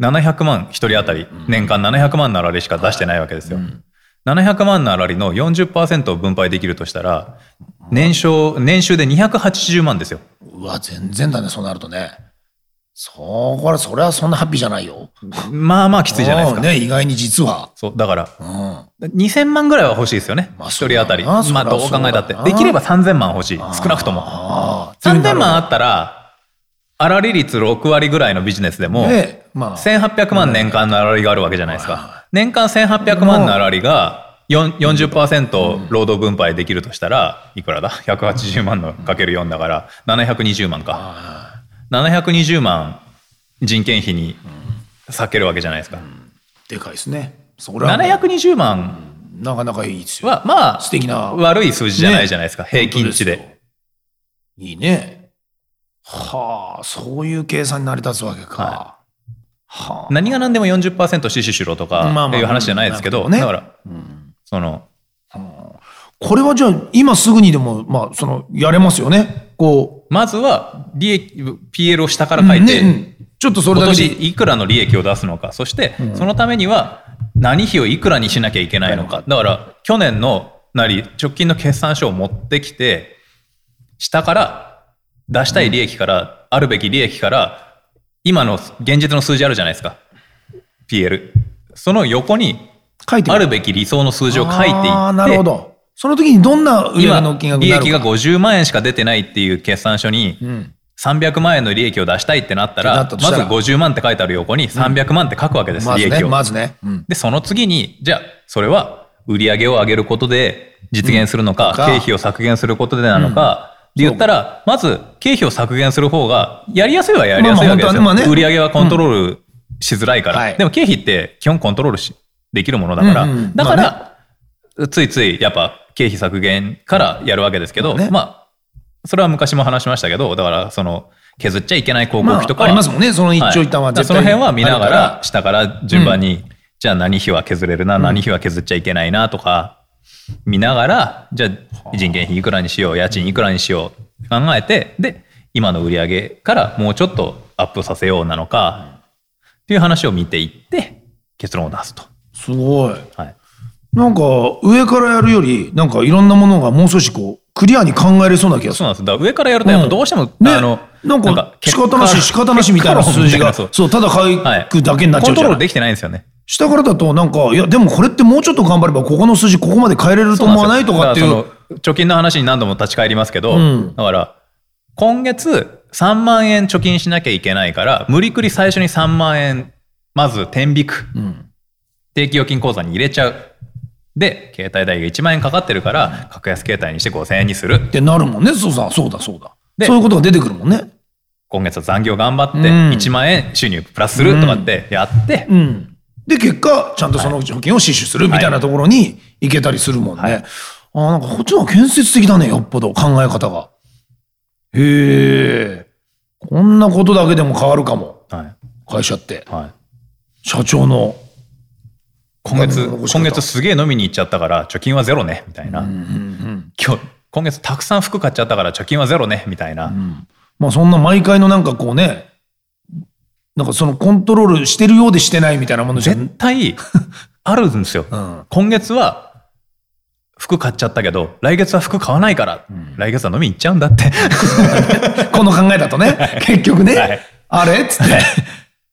[SPEAKER 2] 700万1人当たり、年間700万の粗利しか出してないわけですよ、700万の粗利の40%を分配できるとしたら年商年収で280万ですよ
[SPEAKER 3] うわ全然だねそうなるとねそうこれそれはそんなハッピーじゃないよ
[SPEAKER 2] まあまあきついじゃないですか。
[SPEAKER 3] うんね意外に実は
[SPEAKER 2] そうだから
[SPEAKER 3] うんま
[SPEAKER 2] 2000万ぐらいは欲しいですよね、
[SPEAKER 3] まあ
[SPEAKER 2] 一人当たり、
[SPEAKER 3] そうだ
[SPEAKER 2] ま
[SPEAKER 3] なそり
[SPEAKER 2] あ、
[SPEAKER 3] ゃ
[SPEAKER 2] どう考えたって
[SPEAKER 3] そうだな
[SPEAKER 2] できれば3000万欲しい少なくとも
[SPEAKER 3] あ
[SPEAKER 2] 3000万あ
[SPEAKER 3] あ
[SPEAKER 2] ったら粗利率6割ぐらいのビジネスでも、
[SPEAKER 3] ねまあ
[SPEAKER 2] 1800万年間の粗利があるわけじゃないですか年間1800万の粗利が4 40%労働分配できるとしたらいくらだ180万のかける4だから720万か720万人件費に避けるわけじゃないですか
[SPEAKER 3] でかいですねそれはもう
[SPEAKER 2] 720万
[SPEAKER 3] なかなかいいですよ
[SPEAKER 2] はまあ
[SPEAKER 3] 素敵な
[SPEAKER 2] 悪い数字じゃないじゃないですか、平均値
[SPEAKER 3] 本当
[SPEAKER 2] で。
[SPEAKER 3] すよ。いいね。はあ、そういう計算に成り立つわけか。
[SPEAKER 2] は
[SPEAKER 3] はあ。
[SPEAKER 2] 何が何でも40%死守しろと
[SPEAKER 3] まあまあ
[SPEAKER 2] かっていう話じゃないですけど、
[SPEAKER 3] まあまあ
[SPEAKER 2] だか
[SPEAKER 3] ね
[SPEAKER 2] ら、その
[SPEAKER 3] これはじゃあ、今すぐにでも、まあ、その、やれますよね。こ
[SPEAKER 2] まずは利益 PL を下から
[SPEAKER 3] う。
[SPEAKER 2] 書い
[SPEAKER 3] ね
[SPEAKER 2] て、
[SPEAKER 3] うんちょっとそれ
[SPEAKER 2] 今
[SPEAKER 3] だけで
[SPEAKER 2] 年いくらの利益を出すのかそしてそのためには何費をいくらにしなきゃいけないのかだから去年のなり直近の決算書を持ってきて下から出したい利益からあるべき利益から今の現実の数字あるじゃないですか PL その横に
[SPEAKER 3] 書いて
[SPEAKER 2] あ
[SPEAKER 3] る
[SPEAKER 2] るべき理想の数字を書いていって
[SPEAKER 3] ああ、なるほど。その時にどんな売上
[SPEAKER 2] 今
[SPEAKER 3] の金額に
[SPEAKER 2] 利
[SPEAKER 3] なるか。
[SPEAKER 2] 益が50万円しか出てないっていう決算書に、
[SPEAKER 3] ん
[SPEAKER 2] 300万円の利益を出したいってなったら
[SPEAKER 3] なったとしたら
[SPEAKER 2] まず50万って書いてある横に300万って書くわけです、
[SPEAKER 3] ま
[SPEAKER 2] 利
[SPEAKER 3] ず
[SPEAKER 2] 益
[SPEAKER 3] ね、
[SPEAKER 2] を、
[SPEAKER 3] まずね。うん。
[SPEAKER 2] でその次にじゃあそれは売り上げを上げることで実現するのか、
[SPEAKER 3] うんか
[SPEAKER 2] 経費を削減することでなのか、で言ったらまず経費を削減する方がやりやすいはやりやすいわけですよ、
[SPEAKER 3] まあまあ本当はねまあね
[SPEAKER 2] 売り上げはコントロールしづらいから、
[SPEAKER 3] はい
[SPEAKER 2] でも経費って基本コントロールしできるものだから、
[SPEAKER 3] うんうん
[SPEAKER 2] だから、
[SPEAKER 3] まあ
[SPEAKER 2] ついついやっぱ経費削減からやるわけですけど、
[SPEAKER 3] まあね
[SPEAKER 2] まあそれは昔も話しましたけどだからその削っちゃいけない広告費とか
[SPEAKER 3] ま
[SPEAKER 2] は、
[SPEAKER 3] あありますもんねその一長一短は
[SPEAKER 2] だから
[SPEAKER 3] 絶
[SPEAKER 2] そ
[SPEAKER 3] 対
[SPEAKER 2] の辺は見なが
[SPEAKER 3] あるから
[SPEAKER 2] ら下から順番に、じゃあ何費は削れるな何費は削っちゃいけないなとか見ながらじゃあ人件費いくらにしよう家賃いくらにしよう考えてで今の売り上げからもうちょっとアップさせようなのかっていう話を見ていって結論を出すと。
[SPEAKER 3] すごい。
[SPEAKER 2] はい
[SPEAKER 3] なんか、上からやるより、なんかいろんなものがもう少しこう、クリアに考えれそうな気がする
[SPEAKER 2] そうなんですだから上からやるとやっぱどうしても、
[SPEAKER 3] ね、
[SPEAKER 2] あの
[SPEAKER 3] なんか仕方なし仕方なしみたいな
[SPEAKER 2] 結果
[SPEAKER 3] 数字が
[SPEAKER 2] 結果論みたいなそう
[SPEAKER 3] そうただ書くだけになっち
[SPEAKER 2] コ
[SPEAKER 3] ゃ
[SPEAKER 2] ン
[SPEAKER 3] う
[SPEAKER 2] ト
[SPEAKER 3] じ
[SPEAKER 2] ロ
[SPEAKER 3] ゃ
[SPEAKER 2] ー
[SPEAKER 3] ん
[SPEAKER 2] ルできてないんですよね。
[SPEAKER 3] 下からだとなんかいやでもこれってもうちょっと頑張ればここの数字ここまで変えれると思わないとかってい
[SPEAKER 2] だ
[SPEAKER 3] う
[SPEAKER 2] らその貯金の話に何度も立ち返りますけど、
[SPEAKER 3] うん
[SPEAKER 2] だから今月3万円貯金しなきゃいけないから無理くり最初に3万円まず天引く、定期預金口座に入れちゃうで携帯代が1万円かかってるから格安携帯にして5000円にする
[SPEAKER 3] ってなるもんねそうさそうだそうだ
[SPEAKER 2] で
[SPEAKER 3] そういうことが出てくるもんね
[SPEAKER 2] 今月は残業頑張って
[SPEAKER 3] うん
[SPEAKER 2] 1万円収入プラスするとかってやって、
[SPEAKER 3] うんで結果ちゃんとその貯金を死守するみたいなところに行けたりするもんね、あーなんかこっちの方が建設的だねよっぽど考え方がへえこんなことだけでも変わるかも
[SPEAKER 2] はい
[SPEAKER 3] 会社って
[SPEAKER 2] はい、
[SPEAKER 3] 社長の
[SPEAKER 2] 今
[SPEAKER 3] な
[SPEAKER 2] 月
[SPEAKER 3] るほど
[SPEAKER 2] 今月すげえ飲みに行っちゃったから貯金はゼロねみたいな、今日今月たくさん服買っちゃったから貯金はゼロねみたいな、
[SPEAKER 3] まあそんな毎回のなんかこうねなんかそのコントロールしてるようでしてないみたいなものじゃん
[SPEAKER 2] 絶 対あるんですよ、
[SPEAKER 3] ん
[SPEAKER 2] 今月は服買っちゃったけど来月は服買わないから、来月は飲み行っちゃうんだって
[SPEAKER 3] この考えだとね、結局ね、
[SPEAKER 2] はい
[SPEAKER 3] あれっつって。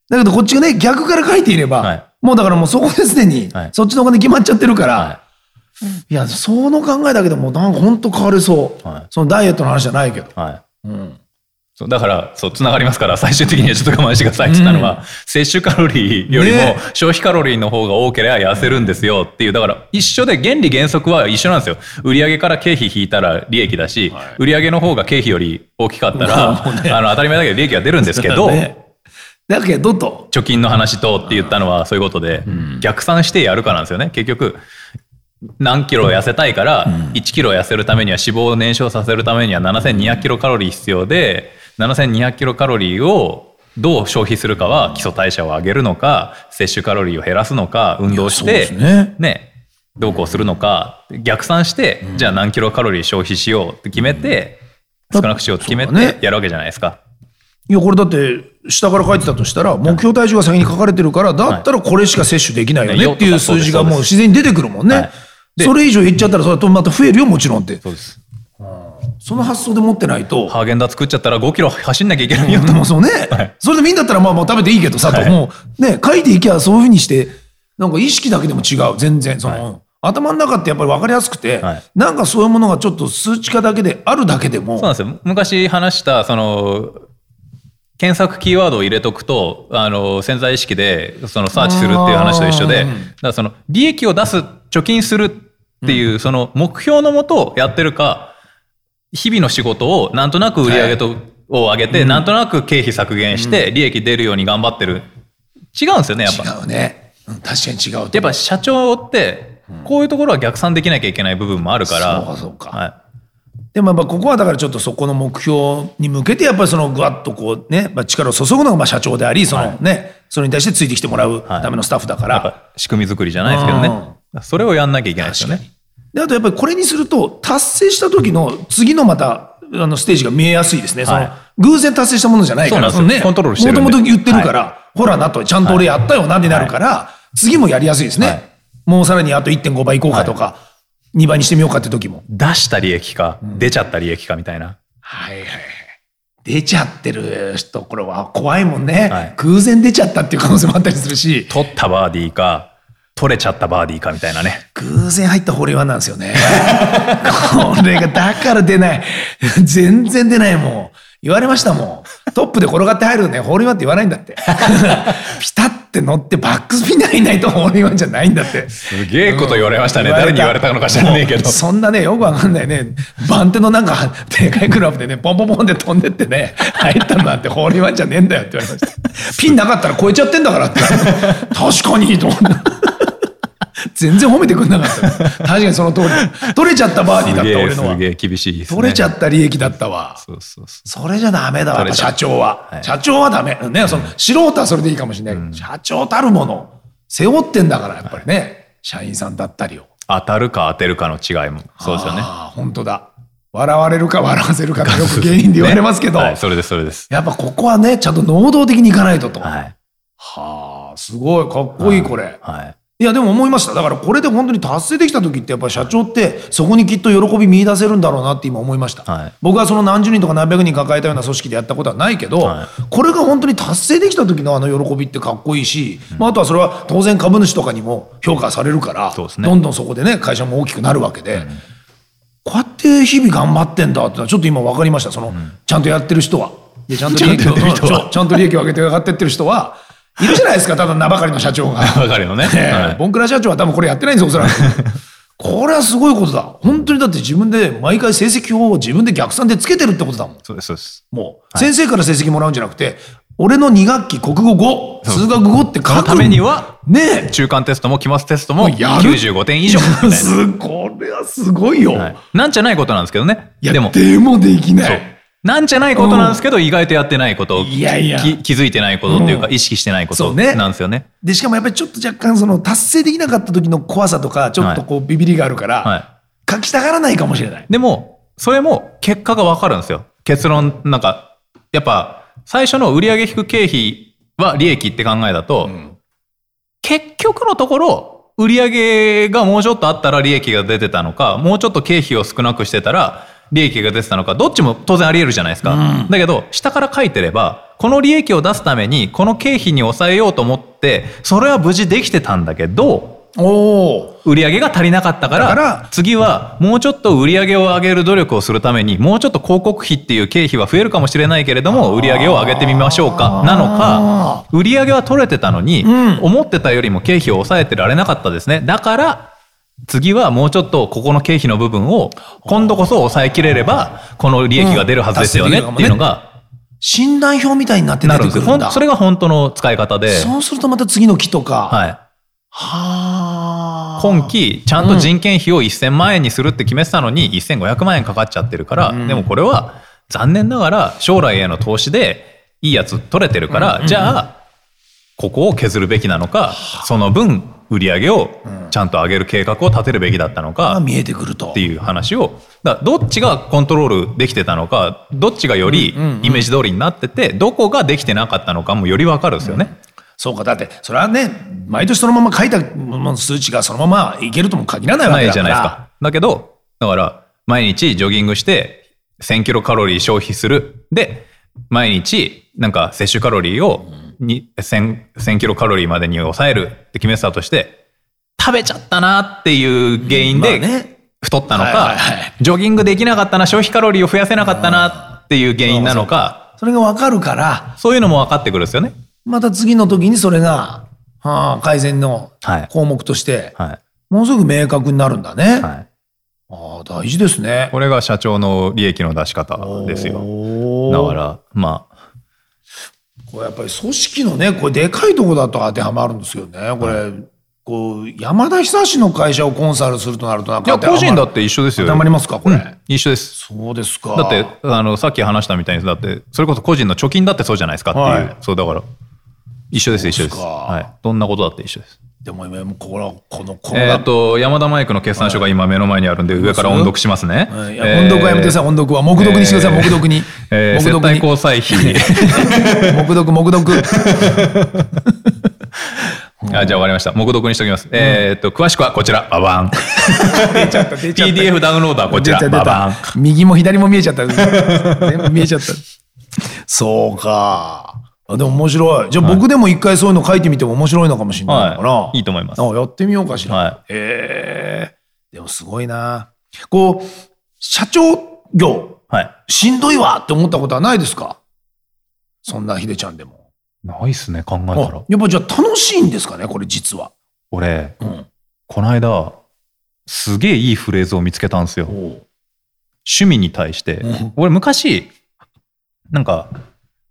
[SPEAKER 3] だけどこっちがね、逆から書いていれば、
[SPEAKER 2] はい
[SPEAKER 3] もうだからもうそこですでに
[SPEAKER 2] はい、
[SPEAKER 3] そっちのお金決まっちゃってるから、、
[SPEAKER 2] はい
[SPEAKER 3] や、その考えだけでもうなんか本当変われそう、
[SPEAKER 2] はい
[SPEAKER 3] そのダイエットの話じゃないけど。
[SPEAKER 2] はい、そうだからそうつながりますから最終的にはちょっと我慢してくださいって言ったのは、摂取カロリーよりも
[SPEAKER 3] ね
[SPEAKER 2] 消費カロリーの方が多ければ痩せるんですよっていうだから一緒で原理原則は一緒なんですよ売上から経費引いたら利益だし、売上の方が経費より大きかったら、
[SPEAKER 3] もうね
[SPEAKER 2] あの当たり前だけど利益が出るんですけど、
[SPEAKER 3] ねだけどと。
[SPEAKER 2] 貯金の話とって言ったのはそういうことで、逆算してやるかなんですよね結局何キロ痩せたいから、1キロ痩せるためには脂肪を燃焼させるためには7200キロカロリー必要で7200キロカロリーをどう消費するかは基礎代謝を上げるのか摂取カロリーを減らすのか運動し
[SPEAKER 3] いや
[SPEAKER 2] て
[SPEAKER 3] そうですね
[SPEAKER 2] どうこうするのか逆算して、じゃあ何キロカロリー消費しようって決めて、
[SPEAKER 3] うん
[SPEAKER 2] 少なくしようって決め
[SPEAKER 3] そうだね
[SPEAKER 2] てやるわけじゃないですか。
[SPEAKER 3] いや、これだって、下から書いてたとしたら、目標体重が先に書かれてるから、だったらこれしか摂取できないよねっていう数字がもう自然に出てくるもんね。
[SPEAKER 2] はいで
[SPEAKER 3] それ以上減っちゃったら、それとまた増えるよ、もちろんって。
[SPEAKER 2] そうです
[SPEAKER 3] その発想で持ってないと、
[SPEAKER 2] ハーゲンダッツ食っちゃったら5キロ走んなきゃいけないよ
[SPEAKER 3] いやでもそうね、
[SPEAKER 2] はい
[SPEAKER 3] それでもいいんだったらまあまあ食べていいけどさと、
[SPEAKER 2] はい
[SPEAKER 3] もうね書いていきゃそういうふうにしてなんか意識だけでも違う全然その、頭の中ってやっぱり分かりやすくて、
[SPEAKER 2] はい
[SPEAKER 3] なんかそういうものがちょっと数値化だけであるだけでも
[SPEAKER 2] そうなんですよ。昔話した、その、検索キーワードを入れとくと、あの、潜在意識で、その、サーチするっていう話と一緒で、
[SPEAKER 3] う
[SPEAKER 2] だ
[SPEAKER 3] ん
[SPEAKER 2] からその、利益を出す、貯金するっていう、その、目標のもとやってるか、日々の仕事をなんとなく売り上げと、を上げて、なんとなく経費削減して、利益出るように頑張ってる。違うんですよね、やっぱ。
[SPEAKER 3] 違うね、うん確かに違うと
[SPEAKER 2] やっぱ社長って、こういうところは逆算できなきゃいけない部分もあるから。
[SPEAKER 3] そうかそうか
[SPEAKER 2] はい。
[SPEAKER 3] でもやっぱここはだからちょっとそこの目標に向けてやっぱりそのぐわっとこうね、まあ、力を注ぐのがまあ社長でありそのね、それに対してついてきてもらうためのスタッフだから、
[SPEAKER 2] やっぱ仕組み作りじゃないですけどね。それをやんなきゃいけないですよね。
[SPEAKER 3] であとやっぱりこれにすると達成した時の次のまたあのステージが見えやすいですね、
[SPEAKER 2] はい
[SPEAKER 3] その偶然達成したものじゃないから
[SPEAKER 2] そうなんですよコントロールしてるんで
[SPEAKER 3] もともと言ってるから、ほらなとちゃんと俺やったよなになるから、次もやりやすいですね、
[SPEAKER 2] はい
[SPEAKER 3] もうさらにあと1.5倍いこうかとか、2倍にしてみようかって時も
[SPEAKER 2] 出した利益か、出ちゃった利益かみたいな。
[SPEAKER 3] はいはい出ちゃってるところは怖いもんね、
[SPEAKER 2] はい
[SPEAKER 3] 偶然出ちゃったっていう可能性もあったりするし
[SPEAKER 2] 取ったバーディーか、取れちゃったバーディーかみたいなね。
[SPEAKER 3] 偶然入ったホールインワンなんですよね。これが、だから出ない。全然出ないもう。言われましたもん。トップで転がって入るね、ホールインワンって言わないんだって。ピタって乗ってバックスピンで入んないとホールインワンじゃないんだって。
[SPEAKER 2] すげえこと言われましたね。誰に言われたのか知らねえけど。
[SPEAKER 3] そんなね、よくわかんないね、番手のなんか、でかいクラブでね、ポンポンポンって飛んでってね、入ったのなんてホールインワンじゃねえんだよって言われました。ピンなかったら超えちゃってんだからって。確かにと思って。全然褒めてくれなかった。確かにその通り。取れちゃったバーディーだ
[SPEAKER 2] す
[SPEAKER 3] っ
[SPEAKER 2] げ
[SPEAKER 3] た
[SPEAKER 2] え、
[SPEAKER 3] 俺の
[SPEAKER 2] す
[SPEAKER 3] は。
[SPEAKER 2] げえ厳しいですね。
[SPEAKER 3] 取れちゃ
[SPEAKER 2] た。
[SPEAKER 3] った利益だったわ。
[SPEAKER 2] そうそうそ
[SPEAKER 3] それじゃダメだわ、やっぱ社長は。
[SPEAKER 2] はい
[SPEAKER 3] 社長はダメ。ね、その、素人はそれでいいかもしれないけど、社長たるもの、背負ってんだから、やっぱりね、社員さんだったりを。
[SPEAKER 2] う。当たるか当てるかの違いも。そうですよね。
[SPEAKER 3] ああ、本当だ。笑われるか笑わせるか がよく原因で言われますけど、
[SPEAKER 2] ねはい、それです、それです。
[SPEAKER 3] やっぱここはね、ちゃんと能動的にいかないとと。
[SPEAKER 2] はい。
[SPEAKER 3] はあ、すごい、かっこいい、これ。
[SPEAKER 2] はい。
[SPEAKER 3] いやでも思いましただからこれで本当に達成できた時ってやっぱり社長ってそこにきっと喜び見出せるんだろうなって今思いました、
[SPEAKER 2] はい
[SPEAKER 3] 僕はその何十人とか何百人抱えたような組織でやったことはないけど、
[SPEAKER 2] はい
[SPEAKER 3] これが本当に達成できた時のあの喜びってかっこいいし、まあ、あとはそれは当然株主とかにも評価されるから、
[SPEAKER 2] そうですね
[SPEAKER 3] どんどんそこでね会社も大きくなるわけで、こうやって日々頑張ってんだってのはちょっと今分かりましたその、ちゃんとやってる人はいやちゃんと利益をうんちょちゃんと利益を上げて上がってってる人はいるじゃないですか多分名ばかりの社長 が。
[SPEAKER 2] わかるよね。
[SPEAKER 3] ねえ
[SPEAKER 2] はい
[SPEAKER 3] ボンクラ社長は多分これやってないんです よ、おそらく。これはすごいことだ。本当にだって自分で毎回成績表を自分で逆算でつけてるってことだもん。
[SPEAKER 2] そうです、そうです。
[SPEAKER 3] もう、先生から成績もらうんじゃなくて、俺の2学期国語5、数学5って書く
[SPEAKER 2] そのためには、
[SPEAKER 3] ね
[SPEAKER 2] 中間テストも期末テストも
[SPEAKER 3] やる
[SPEAKER 2] 95点 以上みた
[SPEAKER 3] え。
[SPEAKER 2] いな。
[SPEAKER 3] すこれはすごいよ。
[SPEAKER 2] はいなんじゃないことなんですけどね。
[SPEAKER 3] いや、
[SPEAKER 2] で
[SPEAKER 3] でも
[SPEAKER 2] も、
[SPEAKER 3] できな
[SPEAKER 2] そう
[SPEAKER 3] い。
[SPEAKER 2] なんじゃないことなんですけど、意外とやってないこと、
[SPEAKER 3] いやいや
[SPEAKER 2] き気づいてないことっていうか、
[SPEAKER 3] う
[SPEAKER 2] 意識してないこ
[SPEAKER 3] そ
[SPEAKER 2] と
[SPEAKER 3] うね
[SPEAKER 2] なんですよね。
[SPEAKER 3] で、しかもやっぱりちょっと若干その達成できなかった時の怖さとか、ちょっとこうビビりがあるから、
[SPEAKER 2] は
[SPEAKER 3] 書きたがらないかもしれない。
[SPEAKER 2] い。でも、それも結果がわかるんですよ。結論、なんか、やっぱ、最初の売上引く経費は利益って考えだと、結局のところ、売上がもうちょっとあったら利益が出てたのか、もうちょっと経費を少なくしてたら利益が出てたのか、どっちも当然あり得るじゃないですか。だけど、下から書いてれば、この利益を出すために、この経費に抑えようと思って、それは無事できてたんだけど、
[SPEAKER 3] おお。
[SPEAKER 2] 売上が足りなかったから
[SPEAKER 3] だから
[SPEAKER 2] 次はもうちょっと売上を上げる努力をするためにもうちょっと広告費っていう経費は増えるかもしれないけれども売上を上げてみましょうかなのか売上は取れてたのに、
[SPEAKER 3] ん
[SPEAKER 2] 思ってたよりも経費を抑えてられなかったですねだから次はもうちょっとここの経費の部分を今度こそ抑えきれればこの利益が出るはずですよね
[SPEAKER 3] うん
[SPEAKER 2] っていうのが
[SPEAKER 3] 診断表みたいになって出
[SPEAKER 2] な
[SPEAKER 3] て
[SPEAKER 2] る
[SPEAKER 3] く
[SPEAKER 2] んで
[SPEAKER 3] るん
[SPEAKER 2] す
[SPEAKER 3] だ。
[SPEAKER 2] よほんそれが本当の使い方で、
[SPEAKER 3] そうするとまた次の期とか。
[SPEAKER 2] はい、
[SPEAKER 3] はあ。
[SPEAKER 2] 今期ちゃんと人件費を1000万円にするって決めてたのに1500万円かかっちゃってるから、でもこれは残念ながら将来への投資でいいやつ取れてるから、じゃあここを削るべきなのかその分売り上げをちゃんと上げる計画を立てるべきだったのか
[SPEAKER 3] が
[SPEAKER 2] っ
[SPEAKER 3] 見えてくると
[SPEAKER 2] て。いう話をだからどっちがコントロールできてたのかどっちがよりイメージ通りになっててどこができてなかったのかもより分かるんですよね。
[SPEAKER 3] そうか、だって、それはね、毎年そのまま書いたもの数値がそのままいけるとも限らないわ
[SPEAKER 2] な
[SPEAKER 3] け
[SPEAKER 2] い
[SPEAKER 3] だ
[SPEAKER 2] じ
[SPEAKER 3] か
[SPEAKER 2] ゃ
[SPEAKER 3] ら。
[SPEAKER 2] ないですか。だけど、だから、毎日ジョギングして、1000キロカロリー消費する。で、毎日、なんか摂取カロリーをに1000、1000キロカロリーまでに抑えるって決めてたとして、食べちゃったなっていう原因
[SPEAKER 3] まあ
[SPEAKER 2] で
[SPEAKER 3] ね。
[SPEAKER 2] 太ったの
[SPEAKER 3] は
[SPEAKER 2] か
[SPEAKER 3] いはいはい、
[SPEAKER 2] ジョギングできなかったな、消費カロリーを増やせなかったなっていう原因なのか、
[SPEAKER 3] それがわかるから、
[SPEAKER 2] そういうのも分かってくるんですよね。
[SPEAKER 3] また次の時にそれが、はあ、改善の
[SPEAKER 2] はい
[SPEAKER 3] 項目として、
[SPEAKER 2] は
[SPEAKER 3] ものすごく明確になるんだね。
[SPEAKER 2] い。はい。
[SPEAKER 3] ああ、大事ですね。
[SPEAKER 2] これが社長の利益の出し方ですよ。
[SPEAKER 3] おー
[SPEAKER 2] だから、まあ、
[SPEAKER 3] これやっぱり組織のね、これでかいとこだと当てはまるんですよね。これ、こう、山田久志の会社をコンサルするとなるとなん
[SPEAKER 2] い
[SPEAKER 3] か
[SPEAKER 2] や、
[SPEAKER 3] 当ては
[SPEAKER 2] 個
[SPEAKER 3] まる
[SPEAKER 2] 人だって一緒です
[SPEAKER 3] 当
[SPEAKER 2] よ
[SPEAKER 3] て。はまりますか、これ。
[SPEAKER 2] うん一緒です。
[SPEAKER 3] そうですか。
[SPEAKER 2] だって、あの、さっき話したみたいに、だって、それこそ個人の貯金だってそうじゃないですかっていう。
[SPEAKER 3] はい
[SPEAKER 2] そう、だから、一緒です、一緒です。
[SPEAKER 3] そうですか
[SPEAKER 2] はい。どんなことだって一緒です。
[SPEAKER 3] でも今、ここら、この、この、
[SPEAKER 2] えっ、と、山田マイクの決算書が今目の前にあるんで、上から音読しますね。
[SPEAKER 3] うんいや音読はやめてください、音読は。黙読にしてください、
[SPEAKER 2] えー
[SPEAKER 3] 黙読に。
[SPEAKER 2] えー、
[SPEAKER 3] 黙
[SPEAKER 2] 接
[SPEAKER 3] 読
[SPEAKER 2] 待
[SPEAKER 3] に。
[SPEAKER 2] 交際費。
[SPEAKER 3] 黙読、黙読。
[SPEAKER 2] あじゃあ終わりました。目読にしておきます。えっと、詳しくはこちら、バ バーン。PDF ダウンロードはこち
[SPEAKER 3] 出
[SPEAKER 2] ら、
[SPEAKER 3] た出
[SPEAKER 2] ババーン
[SPEAKER 3] た。右も左も見えちゃった。全部見えちゃった。そうか。あでも面白い。じゃあ僕でも一回そういうの書いてみても面白いのかもしれないのかな。
[SPEAKER 2] はい。いいと思います。
[SPEAKER 3] あやってみようかしら。
[SPEAKER 2] は
[SPEAKER 3] へえ。でもすごいな。こう、社長業、
[SPEAKER 2] はい。
[SPEAKER 3] しんどいわって思ったことはないですかそんなひでちゃんでも。
[SPEAKER 2] ないっすね、考えた
[SPEAKER 3] あ
[SPEAKER 2] ら。
[SPEAKER 3] やっぱじゃあ楽しいんですかね、これ実は。
[SPEAKER 2] 俺、
[SPEAKER 3] うん。
[SPEAKER 2] この間、すげえいいフレーズを見つけたんですよ。
[SPEAKER 3] おう
[SPEAKER 2] 趣味に対して、
[SPEAKER 3] うん
[SPEAKER 2] 俺昔なんか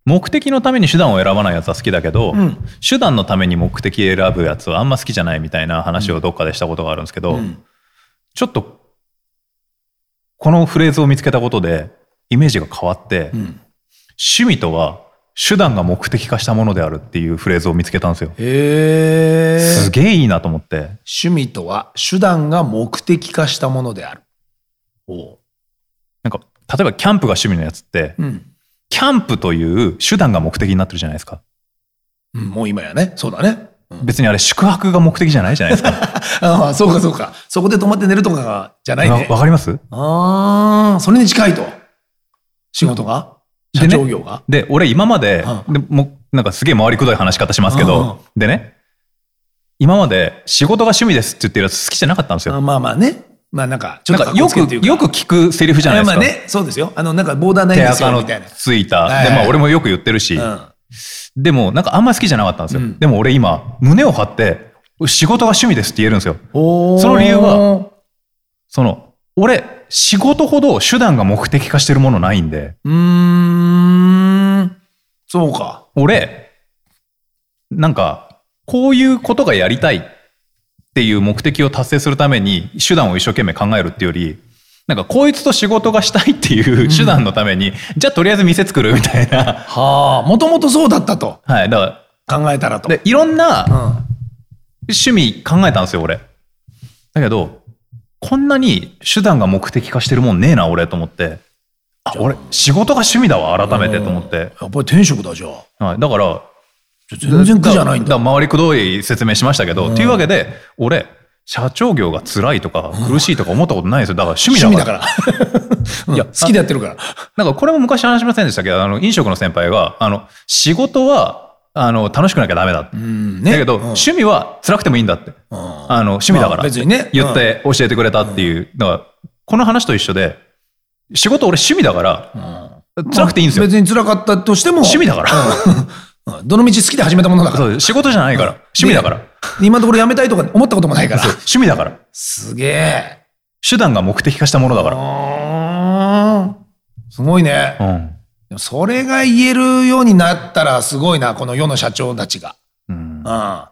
[SPEAKER 2] 目的のために手段を選ばないやつは好きだけど、
[SPEAKER 3] うん
[SPEAKER 2] 手段のために目的選ぶやつはあんま好きじゃないみたいな話をどっかでしたことがあるんですけど、
[SPEAKER 3] うん
[SPEAKER 2] ちょっとこのフレーズを見つけたことでイメージが変わって、
[SPEAKER 3] うん
[SPEAKER 2] 趣味とは手段が目的化したものであるっていうフレーズを見つけたんですよ。
[SPEAKER 3] へえ。
[SPEAKER 2] すげえいいなと思って
[SPEAKER 3] 趣味とは手段が目的化したものである。お
[SPEAKER 2] なんか例えばキャンプが趣味のやつって
[SPEAKER 3] うん。
[SPEAKER 2] キャンプという手段が目的になってるじゃないですか
[SPEAKER 3] うんもう今やね。そうだね。うん
[SPEAKER 2] 別にあれ宿泊が目的じゃないじゃないですか
[SPEAKER 3] ああ、そうかそうか。そこで泊まって寝るとかがじゃ ないね
[SPEAKER 2] わ。わかります
[SPEAKER 3] ああ、それに近いと。仕事が
[SPEAKER 2] で
[SPEAKER 3] 社
[SPEAKER 2] ね
[SPEAKER 3] 長業が、
[SPEAKER 2] で俺今まで,、
[SPEAKER 3] う
[SPEAKER 2] でもうなんかすげえ回りくどい話し方しますけど、でね今まで仕事が趣味ですって言ってるやつ好きじゃなかったんです
[SPEAKER 3] あ
[SPEAKER 2] よ。
[SPEAKER 3] まあまあね。まあなんか、ち
[SPEAKER 2] なんかよくよく聞くセリフじゃないですか。
[SPEAKER 3] まあね、そうですよ。あの、なんかボーダーないん
[SPEAKER 2] 手
[SPEAKER 3] です
[SPEAKER 2] 垢
[SPEAKER 3] よ、
[SPEAKER 2] の
[SPEAKER 3] みたいな。
[SPEAKER 2] ついた。
[SPEAKER 3] はいはい
[SPEAKER 2] で、まあ俺もよく言ってるし、
[SPEAKER 3] うん
[SPEAKER 2] でもなんかあんまり好きじゃなかったんですよ。
[SPEAKER 3] ん
[SPEAKER 2] でも俺今、胸を張って、仕事が趣味ですって言えるんですよ。
[SPEAKER 3] おー
[SPEAKER 2] その理由は、その、俺、仕事ほど手段が目的化してるものないんで、
[SPEAKER 3] うーん、そうか。
[SPEAKER 2] 俺、なんか、こういうことがやりたいっていう目的を達成するために手段を一生懸命考えるっていうより、なんかこいつと仕事がしたいっていう手段のために、じゃあとりあえず店作るみたいな。
[SPEAKER 3] はあ、もともとそうだったと。
[SPEAKER 2] はい。だか
[SPEAKER 3] 考えたらと。
[SPEAKER 2] ら、でいろんな
[SPEAKER 3] うん。
[SPEAKER 2] 趣味考えたんですよ、俺。だけど、こんなに手段が目的化してるもんねえな、俺、と思って。あ、俺、仕事が趣味だわ、改めてと思って。
[SPEAKER 3] やっぱり天職だじゃあ。
[SPEAKER 2] はい。だから、
[SPEAKER 3] 全然苦じゃないん
[SPEAKER 2] だ
[SPEAKER 3] だ。
[SPEAKER 2] から回りくどい説明しましたけど、というわけで、俺、社長業が辛いとか苦しいとか思ったことないんですよ。だから趣味だ
[SPEAKER 3] 趣
[SPEAKER 2] か
[SPEAKER 3] 味
[SPEAKER 2] ら。
[SPEAKER 3] だから。い
[SPEAKER 2] いや
[SPEAKER 3] や、好きでやってるから。
[SPEAKER 2] なんかこれも昔話しませんでしたけど、あの、飲食の先輩が、あの、仕事は、あの、楽しくなきゃダメだって。
[SPEAKER 3] うんね
[SPEAKER 2] だけど、
[SPEAKER 3] うん
[SPEAKER 2] 趣味は辛くてもいいんだって。
[SPEAKER 3] うん
[SPEAKER 2] あの、趣味だか
[SPEAKER 3] まあ
[SPEAKER 2] ら。
[SPEAKER 3] 別にね
[SPEAKER 2] 言って教えてくれたっていう。だから、この話と一緒で、仕事俺趣味だから、辛くていいんですよ。
[SPEAKER 3] 別に辛かったとしても。
[SPEAKER 2] 趣味だから。
[SPEAKER 3] うんうんどの道好きで始めたものだか
[SPEAKER 2] そ
[SPEAKER 3] ら。
[SPEAKER 2] う仕事じゃないから。趣味だから。
[SPEAKER 3] 今のところやめたいとか思ったこともないから。
[SPEAKER 2] 趣味だから。
[SPEAKER 3] すげえ。
[SPEAKER 2] 手段が目的化したものだか
[SPEAKER 3] う
[SPEAKER 2] ら。
[SPEAKER 3] ーんすごいね。
[SPEAKER 2] うん。
[SPEAKER 3] でもそれが言えるようになったらすごいな、この世の社長たちが。
[SPEAKER 2] うん
[SPEAKER 3] うん。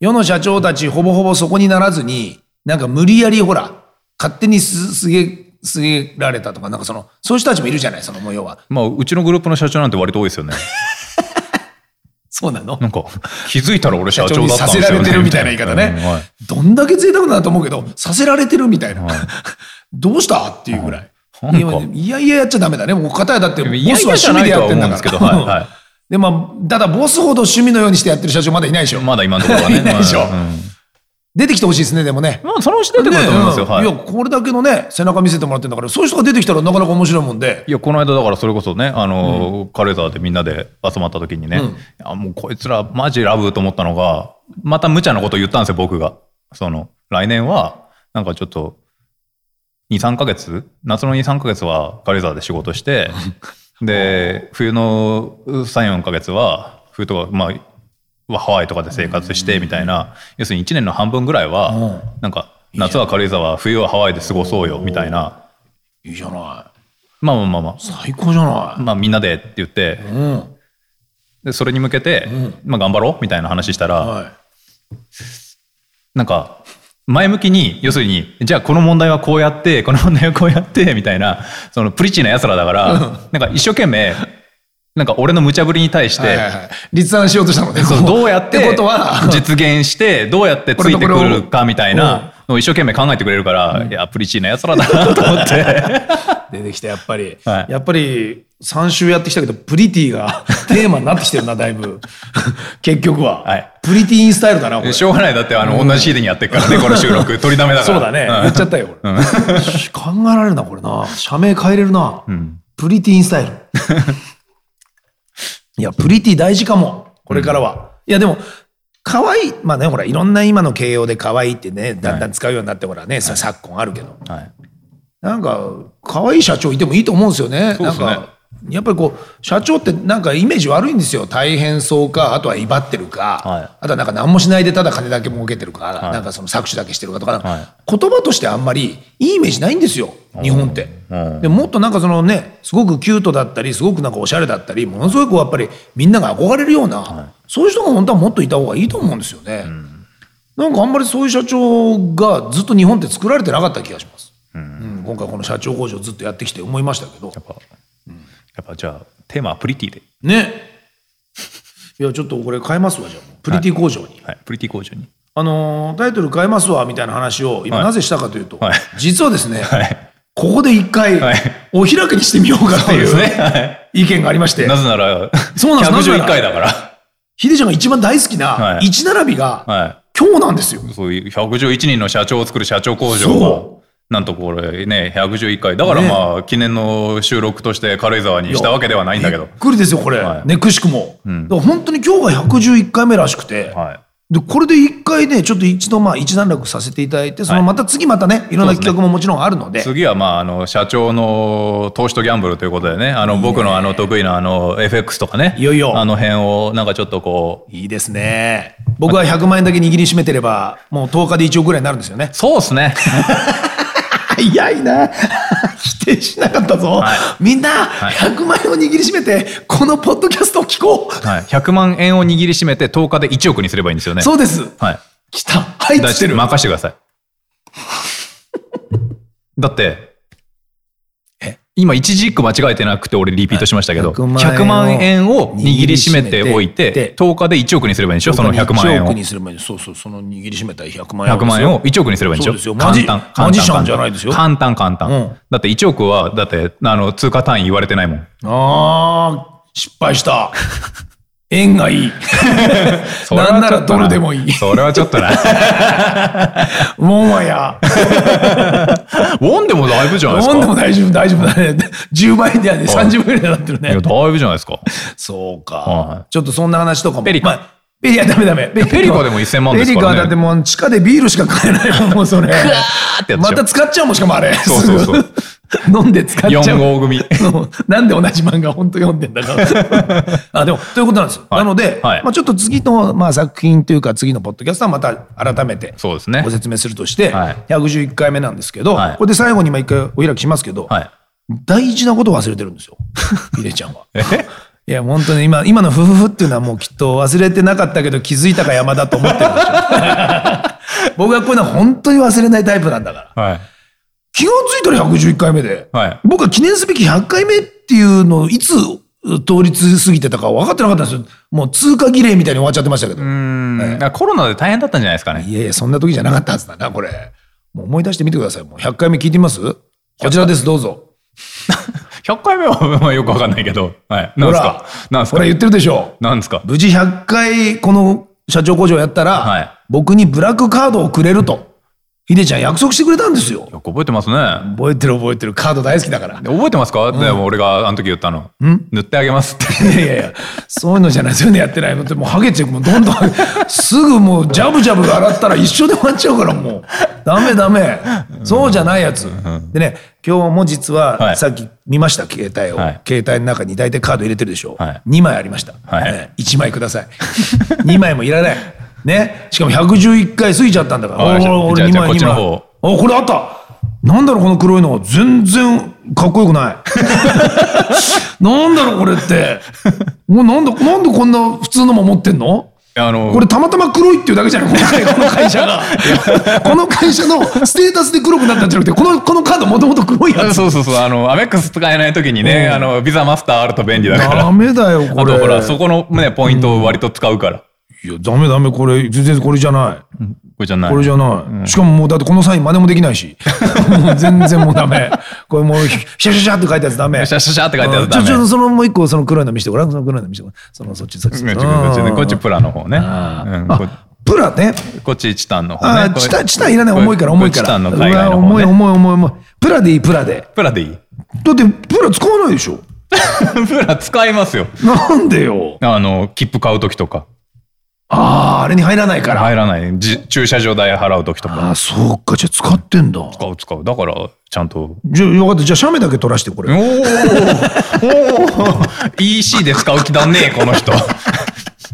[SPEAKER 3] 世の社長たちほぼほぼそこにならずに、なんか無理やりほら、勝手にす、すげ、すげられたとか、なんかその、そういう人たちもいるじゃない、そのもう要は。
[SPEAKER 2] まあ、うちのグループの社長なんて割と多いですよね。
[SPEAKER 3] そうなの
[SPEAKER 2] なん か、気づいたら俺社長だったんですよ、ね。
[SPEAKER 3] 社長にさせられてるみたいな言い方ね
[SPEAKER 2] うんはい
[SPEAKER 3] どんだけ贅沢なんだと思うけど、させられてるみたいな。
[SPEAKER 2] はい
[SPEAKER 3] どうしたっていうぐらい。
[SPEAKER 2] はい
[SPEAKER 3] いや
[SPEAKER 2] なんか
[SPEAKER 3] いやいややっちゃダメだね。もう片やだって、ボ
[SPEAKER 2] いや
[SPEAKER 3] スは趣味でやってんだ
[SPEAKER 2] いやいやじゃないとは思うんですけどはい
[SPEAKER 3] から。
[SPEAKER 2] はい
[SPEAKER 3] で、まあ、ただボスほど趣味のようにしてやってる社長まだいないでしょ。
[SPEAKER 2] まだ今のところはね。
[SPEAKER 3] いないでしょ
[SPEAKER 2] うん
[SPEAKER 3] 出てきてほしいですね、でもね。
[SPEAKER 2] まあ、そのうち出てくると思いますよ。
[SPEAKER 3] ね
[SPEAKER 2] はい
[SPEAKER 3] や、
[SPEAKER 2] い。
[SPEAKER 3] これだけのね、背中見せてもらってんだから、そういう人が出てきたらなかなか面白いもんで。
[SPEAKER 2] いや、この間だからそれこそね、あの、軽井沢でみんなで集まった時にね、あもうこいつらマジラブと思ったのが、また無茶なこと言ったんですよ、僕が。その、来年は、なんかちょっと、2、3ヶ月夏の2、3ヶ月は軽井沢で仕事 して、で、冬の3、4ヶ月は、冬とか、まあ、ハワイとかで生活してみたいな、要するに1年の半分ぐらいは、なんか、夏は軽井沢、冬はハワイで過ごそうよ、みたいな。
[SPEAKER 3] いいじゃな
[SPEAKER 2] まあまあまあまあ。
[SPEAKER 3] い。最高じゃな
[SPEAKER 2] まあ、みんなでって言って、
[SPEAKER 3] い。うん。
[SPEAKER 2] でそれに向けて、まあ、頑張ろうみたいな話したら、
[SPEAKER 3] は
[SPEAKER 2] なんか前向きに要するにじゃあこの問題はこうやってこの問題はこうやってみたいなそのプリチなやつらだからなんか一生懸命なんか俺の無茶ぶりに対し
[SPEAKER 3] い。
[SPEAKER 2] て、
[SPEAKER 3] はいはいはい立案しようとしたのね。
[SPEAKER 2] そう
[SPEAKER 3] こ
[SPEAKER 2] どうやって
[SPEAKER 3] ってことは、
[SPEAKER 2] 実現してどうやってついてくるかみたいなのを一生懸命考えてくれるから、いやプリチなやつらだなと思 って。
[SPEAKER 3] 出てきたやっぱり、
[SPEAKER 2] はい
[SPEAKER 3] やっぱり3週やってきたけどプリティ がテーマになってきてるなだいぶ結局は、
[SPEAKER 2] はい
[SPEAKER 3] プリティインスタイルだなこれ
[SPEAKER 2] しょうがないだってあの、同じ日にやってるからねこの収録取りだめだから
[SPEAKER 3] そうだね、言っちゃったよ俺、考えられるなこれな社名変えれるな、プリティインスタイル いやプリティ大事かもこれからは、いやでも可愛いまあねほらいろんな今の形容で可愛いってねだんだん使うようになってほらね、さ昨今あるけど、
[SPEAKER 2] うんはい
[SPEAKER 3] なんか可愛い社長いてもいいと思うんですよね。
[SPEAKER 2] そう
[SPEAKER 3] な
[SPEAKER 2] で
[SPEAKER 3] ん
[SPEAKER 2] すね
[SPEAKER 3] かやっぱりこう社長ってなんかイメージ悪いんですよ大変そうかあとは威張ってるか、
[SPEAKER 2] はい
[SPEAKER 3] あとはなんか何もしないでただ金だけ儲けてるか、
[SPEAKER 2] い
[SPEAKER 3] なんかその搾取だけしてるかとか、
[SPEAKER 2] は
[SPEAKER 3] 言葉としてあんまりいいイメージないんですよ日本って
[SPEAKER 2] うん。
[SPEAKER 3] でもっとなんかそのねすごくキュートだったりすごくなんかおしゃれだったりものすごくやっぱりみんなが憧れるような、そういう人が本当はもっといた方がいいと思うんですよね。なんかあんまりそういう社長がずっと日本って作られてなかった気がします。うん今回この社長工場ずっとやってきて思いましたけど
[SPEAKER 2] やっぱ、やっぱじゃあテーマはプリティで、
[SPEAKER 3] ねいやちょっとこれ変えますわじゃあもうプリティ工場に、
[SPEAKER 2] はい、プリティ工場に。
[SPEAKER 3] あのータイトル変えますわみたいな話を今
[SPEAKER 2] はい
[SPEAKER 3] なぜしたかというと、
[SPEAKER 2] はい
[SPEAKER 3] 実はですね、
[SPEAKER 2] はい
[SPEAKER 3] ここで一回
[SPEAKER 2] はい
[SPEAKER 3] お開きにしてみようかってい
[SPEAKER 2] そう
[SPEAKER 3] う
[SPEAKER 2] ですねはい
[SPEAKER 3] 意見がありまして、
[SPEAKER 2] なぜなら、
[SPEAKER 3] そ うなんです
[SPEAKER 2] 111回だから。
[SPEAKER 3] ヒデちゃんが一番大好きな
[SPEAKER 2] はい
[SPEAKER 3] 一並びが
[SPEAKER 2] は
[SPEAKER 3] 今日なんですよ。
[SPEAKER 2] い。そういう111人の社長を作る社長工場
[SPEAKER 3] そ
[SPEAKER 2] が、なんとこれね、111回。だから
[SPEAKER 3] ね
[SPEAKER 2] まあ、記念の収録として軽井沢にしたわけではないんだけど
[SPEAKER 3] びっ。くりですよこれ、
[SPEAKER 2] はい
[SPEAKER 3] ねくしくも、
[SPEAKER 2] ん
[SPEAKER 3] だから本当に今日が111回目らしくて、
[SPEAKER 2] は
[SPEAKER 3] でこれで一回ねちょっと一度まあ一段落させていただいてその
[SPEAKER 2] はい
[SPEAKER 3] また次またねいろんな企画ももちろんあるので
[SPEAKER 2] 次は、まあ、あの、社長の投資とギャンブルということでね、あの、僕のあの、得意なあの、FX とかね。
[SPEAKER 3] いよいよ
[SPEAKER 2] あの辺を、なんかちょっとこう、
[SPEAKER 3] いいですね僕は100万円だけ握りしめてればもう10日で1億ぐらいになるんですよね
[SPEAKER 2] そうですね。
[SPEAKER 3] 早いな 否定しなかったぞ、
[SPEAKER 2] は
[SPEAKER 3] みんな、
[SPEAKER 2] い
[SPEAKER 3] 100万円を握りしめてこのポッドキャストを聞こう、
[SPEAKER 2] はい。100万円を握りしめて10日で1億にすればいいんですよね。
[SPEAKER 3] そうです
[SPEAKER 2] はい。
[SPEAKER 3] 来た入っ
[SPEAKER 2] だ
[SPEAKER 3] つってる
[SPEAKER 2] 任してくだ さい。だって、今一字一句間違えてなくて俺リピートしましたけど、
[SPEAKER 3] 100万円
[SPEAKER 2] 100万円
[SPEAKER 3] を
[SPEAKER 2] を握りしめておいて
[SPEAKER 3] で、
[SPEAKER 2] 10日で1億にすればいいんでしょその100万円を
[SPEAKER 3] 1億。にすればいいそうそうその握りしめた100万円
[SPEAKER 2] 100万円を1億にすればいいんで
[SPEAKER 3] そうで
[SPEAKER 2] し
[SPEAKER 3] す
[SPEAKER 2] ょ
[SPEAKER 3] よ
[SPEAKER 2] 簡
[SPEAKER 3] マジ
[SPEAKER 2] 単。簡単
[SPEAKER 3] マジシャンじゃないですよ
[SPEAKER 2] 簡単、簡単。
[SPEAKER 3] うん
[SPEAKER 2] だって1億は、だって、あの、通貨単位言われてないもん。
[SPEAKER 3] あー失敗した円 がいいなんならドルでもいい
[SPEAKER 2] それはちょっと な。
[SPEAKER 3] もんはや
[SPEAKER 2] ウォンでもだいぶじゃないですか。
[SPEAKER 3] もんでも大丈夫大丈夫だね10倍ではね
[SPEAKER 2] はい
[SPEAKER 3] 30倍ぐらいになってる
[SPEAKER 2] いや、
[SPEAKER 3] ね
[SPEAKER 2] だいぶじゃないです か。
[SPEAKER 3] そうか、
[SPEAKER 2] はい
[SPEAKER 3] ちょっとそんな話とかも。
[SPEAKER 2] ペリカ
[SPEAKER 3] まあペリいや、ダメダメ。ペ
[SPEAKER 2] ペリカでも1000万ですからね
[SPEAKER 3] ペリカはだってもう地下でビールしか買えないもん、もうそれ。
[SPEAKER 2] てやつじゃ
[SPEAKER 3] ま
[SPEAKER 2] ん
[SPEAKER 3] た使っちゃうもん、しかもあれ。
[SPEAKER 2] そうそうそう
[SPEAKER 3] 飲んで使っちゃ
[SPEAKER 2] 4
[SPEAKER 3] う。
[SPEAKER 2] 号組。
[SPEAKER 3] そうなんで同じ漫画本当読んでん だから。あでもということなんですよ。
[SPEAKER 2] はい
[SPEAKER 3] なので、
[SPEAKER 2] はい
[SPEAKER 3] まあ、ちょっと次の、まあ、作品というか次のポッドキャストはまた改めて
[SPEAKER 2] そうですね
[SPEAKER 3] ご説明するとして、
[SPEAKER 2] はい
[SPEAKER 3] 111回目なんですけど、
[SPEAKER 2] はい
[SPEAKER 3] これで最後にまあ一回お開きしますけど、
[SPEAKER 2] はい。
[SPEAKER 3] 大事なことを忘れてるんですよヒデちゃんは。
[SPEAKER 2] え
[SPEAKER 3] いや本当に今今の「ふふふ」っていうのはもうきっと忘れてなかったけど気づいたか山だと思ってるでしょ僕はこういうのは本当に忘れないタイプなんだから
[SPEAKER 2] はい。
[SPEAKER 3] 気がついたら111回目で、
[SPEAKER 2] はい
[SPEAKER 3] 僕は記念すべき100回目っていうのをいつ通り過ぎてたか分かってなかったんですよもう通過儀礼みたいに終わっちゃってましたけど
[SPEAKER 2] うんだからコロナで大変だったんじゃないですかね。
[SPEAKER 3] いやいやそんな時じゃなかったはずだなこれもう思い出してみてくださいもう100回目聞いてみますこちらですどうぞ
[SPEAKER 2] 100回目はまあよくわかんないけど。はい。なん
[SPEAKER 3] ほ
[SPEAKER 2] です
[SPEAKER 3] ら
[SPEAKER 2] かなんです
[SPEAKER 3] ほ
[SPEAKER 2] から
[SPEAKER 3] 言ってるでしょ
[SPEAKER 2] なんですか
[SPEAKER 3] 無事100回この社長工場やったら、
[SPEAKER 2] はい
[SPEAKER 3] 僕にブラックカードをくれると、ヒデちゃん約束してくれたんですよ。
[SPEAKER 2] よく覚えてますね。
[SPEAKER 3] 覚えてる覚えてる、カード大好きだから。
[SPEAKER 2] で覚えてますか、でも俺があの時言ったの。塗ってあげますって。
[SPEAKER 3] いやいやいや、そういうのじゃない、そういうのやってないのって、もうハゲてもうどんどん、すぐもうジャブジャブ洗ったら一緒で終わっちゃうからもう、ダメダメ、そうじゃないやつ。でね、今日も実
[SPEAKER 2] は
[SPEAKER 3] は、
[SPEAKER 2] い
[SPEAKER 3] さっき見ました、携帯を。
[SPEAKER 2] はい
[SPEAKER 3] 携帯の中に大体カード入れてるでしょ。
[SPEAKER 2] はい
[SPEAKER 3] 2枚ありました。
[SPEAKER 2] はい
[SPEAKER 3] ね1枚ください。2枚もいらない。ね。しかも111回過ぎちゃったんだから。
[SPEAKER 2] わかりました
[SPEAKER 3] おー
[SPEAKER 2] じゃあ
[SPEAKER 3] 俺2枚、
[SPEAKER 2] じゃあこっちの
[SPEAKER 3] 2枚。あ、これあったなんだろう、この黒いの。全然かっこよくない。なんだろう、これって。もうなんだ、なんでこんな普通のも持ってんの
[SPEAKER 2] あの
[SPEAKER 3] これたまたま黒いっていうだけじゃないこの会この会社が。この会社のステータスで黒くなったんじゃなくて、この、このカードもともと黒いや つ。
[SPEAKER 2] そうそうそう。あの、アメックス使えない時にね、あの、ビザマスターあると便利だから。
[SPEAKER 3] ダメだよ、こ
[SPEAKER 2] あ
[SPEAKER 3] れ。
[SPEAKER 2] とほら、そこのね、ポイントを割と使うから。
[SPEAKER 3] いや、ダメダメ、これ、全然これじゃない。
[SPEAKER 2] これじゃない。
[SPEAKER 3] これじゃない、しかももうだってこのサイン真似もできな いしもう全然もうダメこれもうひシャシャシャって書いたやつダメ
[SPEAKER 2] シャシャシャって書いたやつ
[SPEAKER 3] ち
[SPEAKER 2] ダ
[SPEAKER 3] ょ
[SPEAKER 2] メ
[SPEAKER 3] ちょそのもう一個その黒いの見してごらんその黒いの見してごらんそのそっちそっち
[SPEAKER 2] うん違う違う違うこっちプラの方ね。
[SPEAKER 3] あー
[SPEAKER 2] うんこ
[SPEAKER 3] あプラね
[SPEAKER 2] こっちチタンの方
[SPEAKER 3] あ
[SPEAKER 2] ね。こ
[SPEAKER 3] ー
[SPEAKER 2] れ
[SPEAKER 3] チタンチタンいらない重いから
[SPEAKER 2] これ
[SPEAKER 3] 重いから
[SPEAKER 2] チタンの海外の
[SPEAKER 3] うわ
[SPEAKER 2] 方
[SPEAKER 3] 重い
[SPEAKER 2] ね。
[SPEAKER 3] 重い重い重いプラでいいプラで
[SPEAKER 2] プラでい い
[SPEAKER 3] だってプラ使わないでしょ
[SPEAKER 2] プラ使いますよ。
[SPEAKER 3] なんでよ
[SPEAKER 2] あの、切符買う時とか。
[SPEAKER 3] あああれに入らないから
[SPEAKER 2] 入らない。じ駐車場代払う時とか。
[SPEAKER 3] ああそうかじゃあ使ってんだ
[SPEAKER 2] 使う使う。だから、ちゃんと。
[SPEAKER 3] じゃあよかったじゃあ写メだけ撮らしてこれ
[SPEAKER 2] おーおー EC で使う気だねこの人。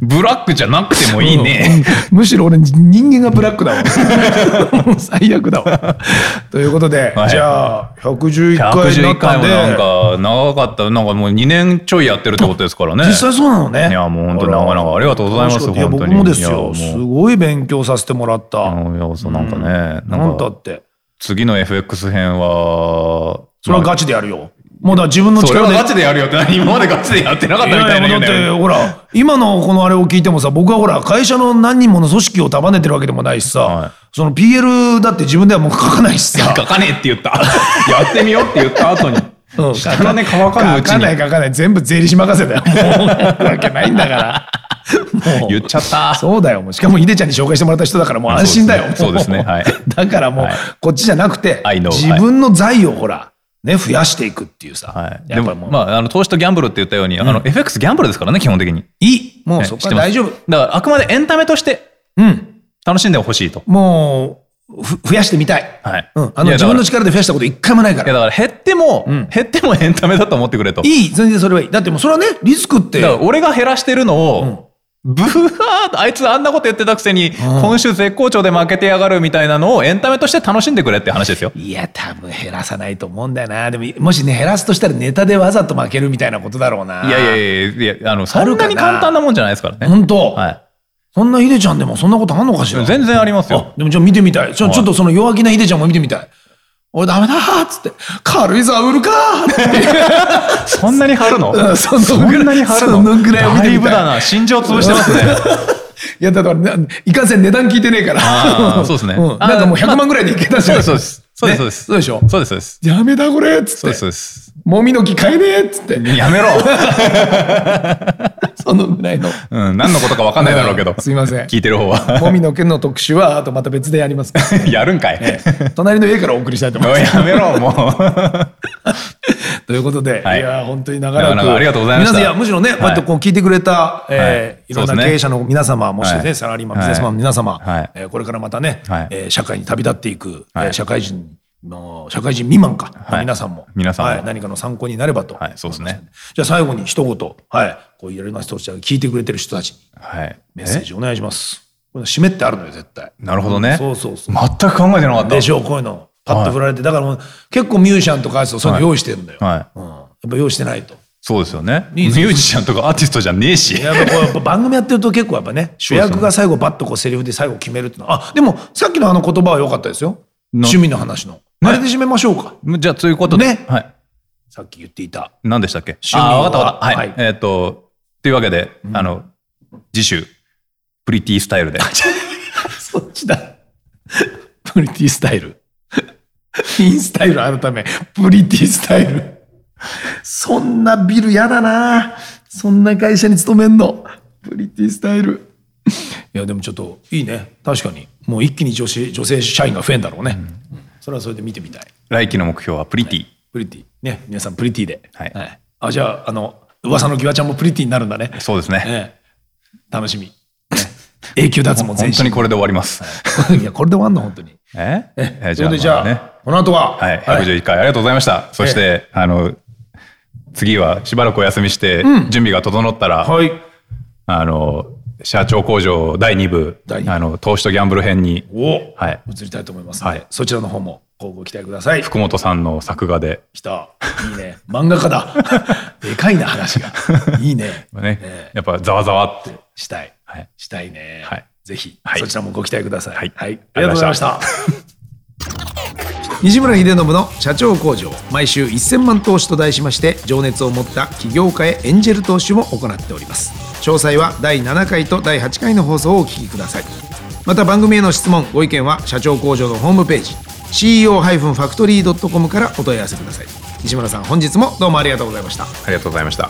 [SPEAKER 2] ブラックじゃなくてもいいね。
[SPEAKER 3] むしろ俺人間がブラックだわ もう最悪だわということで、
[SPEAKER 2] はい
[SPEAKER 3] じゃあ111回にな
[SPEAKER 2] 111
[SPEAKER 3] った
[SPEAKER 2] 回
[SPEAKER 3] ん
[SPEAKER 2] も
[SPEAKER 3] で
[SPEAKER 2] なんか長かった。なんかもう2年ちょいやってるってことですからね。
[SPEAKER 3] 実際そうなのね
[SPEAKER 2] いやもう本当に
[SPEAKER 3] あら
[SPEAKER 2] 長々ありがとうございます
[SPEAKER 3] 楽しかったいや
[SPEAKER 2] 本当
[SPEAKER 3] 僕
[SPEAKER 2] に
[SPEAKER 3] もですよ
[SPEAKER 2] いやもう
[SPEAKER 3] すごい勉強させてもらった、
[SPEAKER 2] あのいやそうなんかね、
[SPEAKER 3] な
[SPEAKER 2] なん
[SPEAKER 3] んだ
[SPEAKER 2] か
[SPEAKER 3] って
[SPEAKER 2] 次の FX 編は、
[SPEAKER 3] それはガチでやるよもうだから自分の
[SPEAKER 2] それ
[SPEAKER 3] 力
[SPEAKER 2] は
[SPEAKER 3] で
[SPEAKER 2] ガチでやるよって何今までガチでやってなかった
[SPEAKER 3] い
[SPEAKER 2] みた
[SPEAKER 3] や
[SPEAKER 2] いない言
[SPEAKER 3] や
[SPEAKER 2] う
[SPEAKER 3] だっ
[SPEAKER 2] ね
[SPEAKER 3] てほら今のこのあれを聞いてもさ僕はほら会社の何人もの組織を束ねてるわけでもないしさ、
[SPEAKER 2] はい
[SPEAKER 3] その PL だって自分ではもう書かないしさ
[SPEAKER 2] 書かねえって言った。 やってみようって言った後に。
[SPEAKER 3] うん
[SPEAKER 2] 下のね、乾かぬうち
[SPEAKER 3] 書かない
[SPEAKER 2] に
[SPEAKER 3] 書かない全部税理士任せだよもうわけないんだからもう
[SPEAKER 2] 言っちゃった。
[SPEAKER 3] そうだよもうしかもヒデちゃんに紹介してもらった人だからもう安心だよ
[SPEAKER 2] そうですね
[SPEAKER 3] も
[SPEAKER 2] そうですねはい
[SPEAKER 3] だからもう
[SPEAKER 2] はい
[SPEAKER 3] こっちじゃなくて
[SPEAKER 2] I know
[SPEAKER 3] 自分の財をほらね増やしていくっていうさ、
[SPEAKER 2] はい。
[SPEAKER 3] や
[SPEAKER 2] で
[SPEAKER 3] っ
[SPEAKER 2] も、
[SPEAKER 3] ぱりもう、
[SPEAKER 2] まあ、あの、投資とギャンブルって言ったように、あの、FX ギャンブルですからね、基本的に。
[SPEAKER 3] いいもう
[SPEAKER 2] ね
[SPEAKER 3] そこ
[SPEAKER 2] 知って
[SPEAKER 3] は
[SPEAKER 2] ます
[SPEAKER 3] 大丈夫
[SPEAKER 2] だから、あくまでエンタメとして、
[SPEAKER 3] うん。
[SPEAKER 2] 楽しんでほしいと。
[SPEAKER 3] もう、ふ増やしてみたい。
[SPEAKER 2] はい。
[SPEAKER 3] うん。あの、
[SPEAKER 2] いや
[SPEAKER 3] 自分の力で増やしたこと一回もないか
[SPEAKER 2] いや
[SPEAKER 3] ら。
[SPEAKER 2] だから減っても、
[SPEAKER 3] ん
[SPEAKER 2] 減ってもエンタメだと思ってくれと。
[SPEAKER 3] いい、全然それはいい。だってもうそれはね、リスクって
[SPEAKER 2] だか。ら俺が減らしてるのを、ブワーあいつあんなこと言ってたくせに、今週絶好調で負けてやがるみたいなのをエンタメとして楽しんでくれって話ですよ。
[SPEAKER 3] いや、多分減らさないと思うんだよな。でも、もしね、減らすとしたらネタでわざと負けるみたいなことだろうな。
[SPEAKER 2] いやいやいやいや、あの、そん
[SPEAKER 3] るか
[SPEAKER 2] なに
[SPEAKER 3] な
[SPEAKER 2] 簡単なもんじゃないですからね。
[SPEAKER 3] 本当、
[SPEAKER 2] は
[SPEAKER 3] そんなヒデちゃんでもそんなことあんのかしら
[SPEAKER 2] い。全然あります
[SPEAKER 3] あ
[SPEAKER 2] よ。
[SPEAKER 3] でもちょっと見てみたい。ちょ,、
[SPEAKER 2] はい
[SPEAKER 3] ちょっとその弱気なヒデちゃんも見てみたい。俺ダメだーっつって、軽井沢売るかーって。
[SPEAKER 2] そんなに貼るの
[SPEAKER 3] うんそんなぐらい
[SPEAKER 2] んなに貼るの
[SPEAKER 3] そんなぐらいを見てみたい
[SPEAKER 2] だいぶだな。心情潰してますね。
[SPEAKER 3] いや、だからな、いかんせん値段聞いてねえから。
[SPEAKER 2] あーそうですね
[SPEAKER 3] んなんかもう100万ぐらいでいけたし、
[SPEAKER 2] そうです、そうです。そうです、そうです。
[SPEAKER 3] そうでしょ
[SPEAKER 2] そうです、そうです。
[SPEAKER 3] やめだこれっつ
[SPEAKER 2] そう
[SPEAKER 3] っ
[SPEAKER 2] です、そ
[SPEAKER 3] て。
[SPEAKER 2] うです。
[SPEAKER 3] もみの木買えねえっつって。
[SPEAKER 2] やめろ。
[SPEAKER 3] そのぐらいの。
[SPEAKER 2] うん、何のことか分かんないだろう けど。
[SPEAKER 3] すいません
[SPEAKER 2] 聞いてる方は。
[SPEAKER 3] もみの木の特集は、あとまた別でやりますから。
[SPEAKER 2] やるんかい。
[SPEAKER 3] 隣の家からお送りしたいと思い
[SPEAKER 2] お
[SPEAKER 3] ま
[SPEAKER 2] い
[SPEAKER 3] す。
[SPEAKER 2] やめろ、もう。
[SPEAKER 3] ということで、
[SPEAKER 2] はい
[SPEAKER 3] い、や本当に長らく
[SPEAKER 2] 長々ありがとうございました
[SPEAKER 3] 皆さんいやむしろね、
[SPEAKER 2] はい
[SPEAKER 3] こうやってこう聞いてくれた、えーい
[SPEAKER 2] そう
[SPEAKER 3] ろ
[SPEAKER 2] んです
[SPEAKER 3] な
[SPEAKER 2] ね
[SPEAKER 3] 経営者の皆様、もしね、
[SPEAKER 2] はい
[SPEAKER 3] サラリーマンビジネスマンの皆様、
[SPEAKER 2] はい
[SPEAKER 3] えーこれからまたね、
[SPEAKER 2] はい
[SPEAKER 3] えー社会に旅立っていく、
[SPEAKER 2] はい
[SPEAKER 3] えー社会人の社会人未満か、
[SPEAKER 2] はい
[SPEAKER 3] 皆さんも
[SPEAKER 2] 皆さんも
[SPEAKER 3] はい、何かの参考になればと、
[SPEAKER 2] はい、そうですね。
[SPEAKER 3] じゃあ最後に一言、はい、こういろいろな人たちが聞いてくれてる人たちに
[SPEAKER 2] はい。
[SPEAKER 3] メッセージお願いします。これ締めってあるのよ絶対。
[SPEAKER 2] なるほどね。
[SPEAKER 3] そうそうそう。
[SPEAKER 2] 全く考えてなかった。
[SPEAKER 3] でしょうこういうのパッと振られて、だからもう結構ミュージシャンとかアーティストそういうの用意してるんだよ、
[SPEAKER 2] は
[SPEAKER 3] うん、やっぱ用意してないと
[SPEAKER 2] そうですよね。
[SPEAKER 3] い
[SPEAKER 2] ミ
[SPEAKER 3] い
[SPEAKER 2] ュ
[SPEAKER 3] で
[SPEAKER 2] ー
[SPEAKER 3] す
[SPEAKER 2] ジシャンとかアーティストじゃねえし。
[SPEAKER 3] やっぱこうやっぱ番組やってると結構やっぱね主役が最後バッとこうセリフで最後決めるっていうのはあでもさっきのあの言葉は良かったですよ
[SPEAKER 2] な
[SPEAKER 3] 趣味の話の、あれで締めましょうか
[SPEAKER 2] じゃあ、ということで。
[SPEAKER 3] ね
[SPEAKER 2] はい。
[SPEAKER 3] さっき言っていた
[SPEAKER 2] 何でしたっけ
[SPEAKER 3] 味は
[SPEAKER 2] あ、わかったわかった。はい。
[SPEAKER 3] はい
[SPEAKER 2] えーっと、というわけで、あの、次週、プリティスタイルで。
[SPEAKER 3] そっちだプリティスタイルインスタイル改めプリティスタイルそんなビルやだなそんな会社に勤めんのプリティスタイルいやでもちょっといいね確かにもう一気に女子女性社員が増えんだろうね、それはそれで見てみたい
[SPEAKER 2] 来期の目標はプリティ。
[SPEAKER 3] プリティね皆さんプリティでは
[SPEAKER 2] はい
[SPEAKER 3] あじゃああの噂のギワちゃんもプリティになるんだね
[SPEAKER 2] そうですね。
[SPEAKER 3] ええ楽しみ、ね永久脱毛全
[SPEAKER 2] 本
[SPEAKER 3] 身
[SPEAKER 2] 当にこれで終わります。
[SPEAKER 3] いやこれで終わんの本当に
[SPEAKER 2] ええー
[SPEAKER 3] それでじ
[SPEAKER 2] ま
[SPEAKER 3] ゃ
[SPEAKER 2] あ
[SPEAKER 3] あ、
[SPEAKER 2] ね
[SPEAKER 3] この後は、
[SPEAKER 2] はい、151回ありがとうございました。そして、あの、次はしばらくお休みして、準備が整ったら、
[SPEAKER 3] はい
[SPEAKER 2] あの、社長工場第2部、
[SPEAKER 3] 第二部
[SPEAKER 2] あの、投資とギャンブル編に、
[SPEAKER 3] お、
[SPEAKER 2] はい、
[SPEAKER 3] 移りたいと思いますので、
[SPEAKER 2] はい
[SPEAKER 3] そちらの方もごご期待ください。
[SPEAKER 2] 福本さんの作画で、
[SPEAKER 3] 来た。いいね。漫画家だ。 でかいな 話が。いいね。
[SPEAKER 2] ね、
[SPEAKER 3] え
[SPEAKER 2] やっぱざわざわって、
[SPEAKER 3] したい。
[SPEAKER 2] はい
[SPEAKER 3] したいね。
[SPEAKER 2] はい
[SPEAKER 3] ぜひ、
[SPEAKER 2] はい
[SPEAKER 3] そちらもご期待ください。
[SPEAKER 2] はい
[SPEAKER 3] ありがとうございました。
[SPEAKER 1] 西村秀信の社長工場毎週1000万投資と題しまして情熱を持った起業家へエンジェル投資も行っております詳細は第7回と第8回の放送をお聞きくださいまた番組への質問ご意見は社長工場のホームページ CEO-factory.com からお問い合わせください西村さん本日もどうもありがとうございました
[SPEAKER 2] ありがとうございました。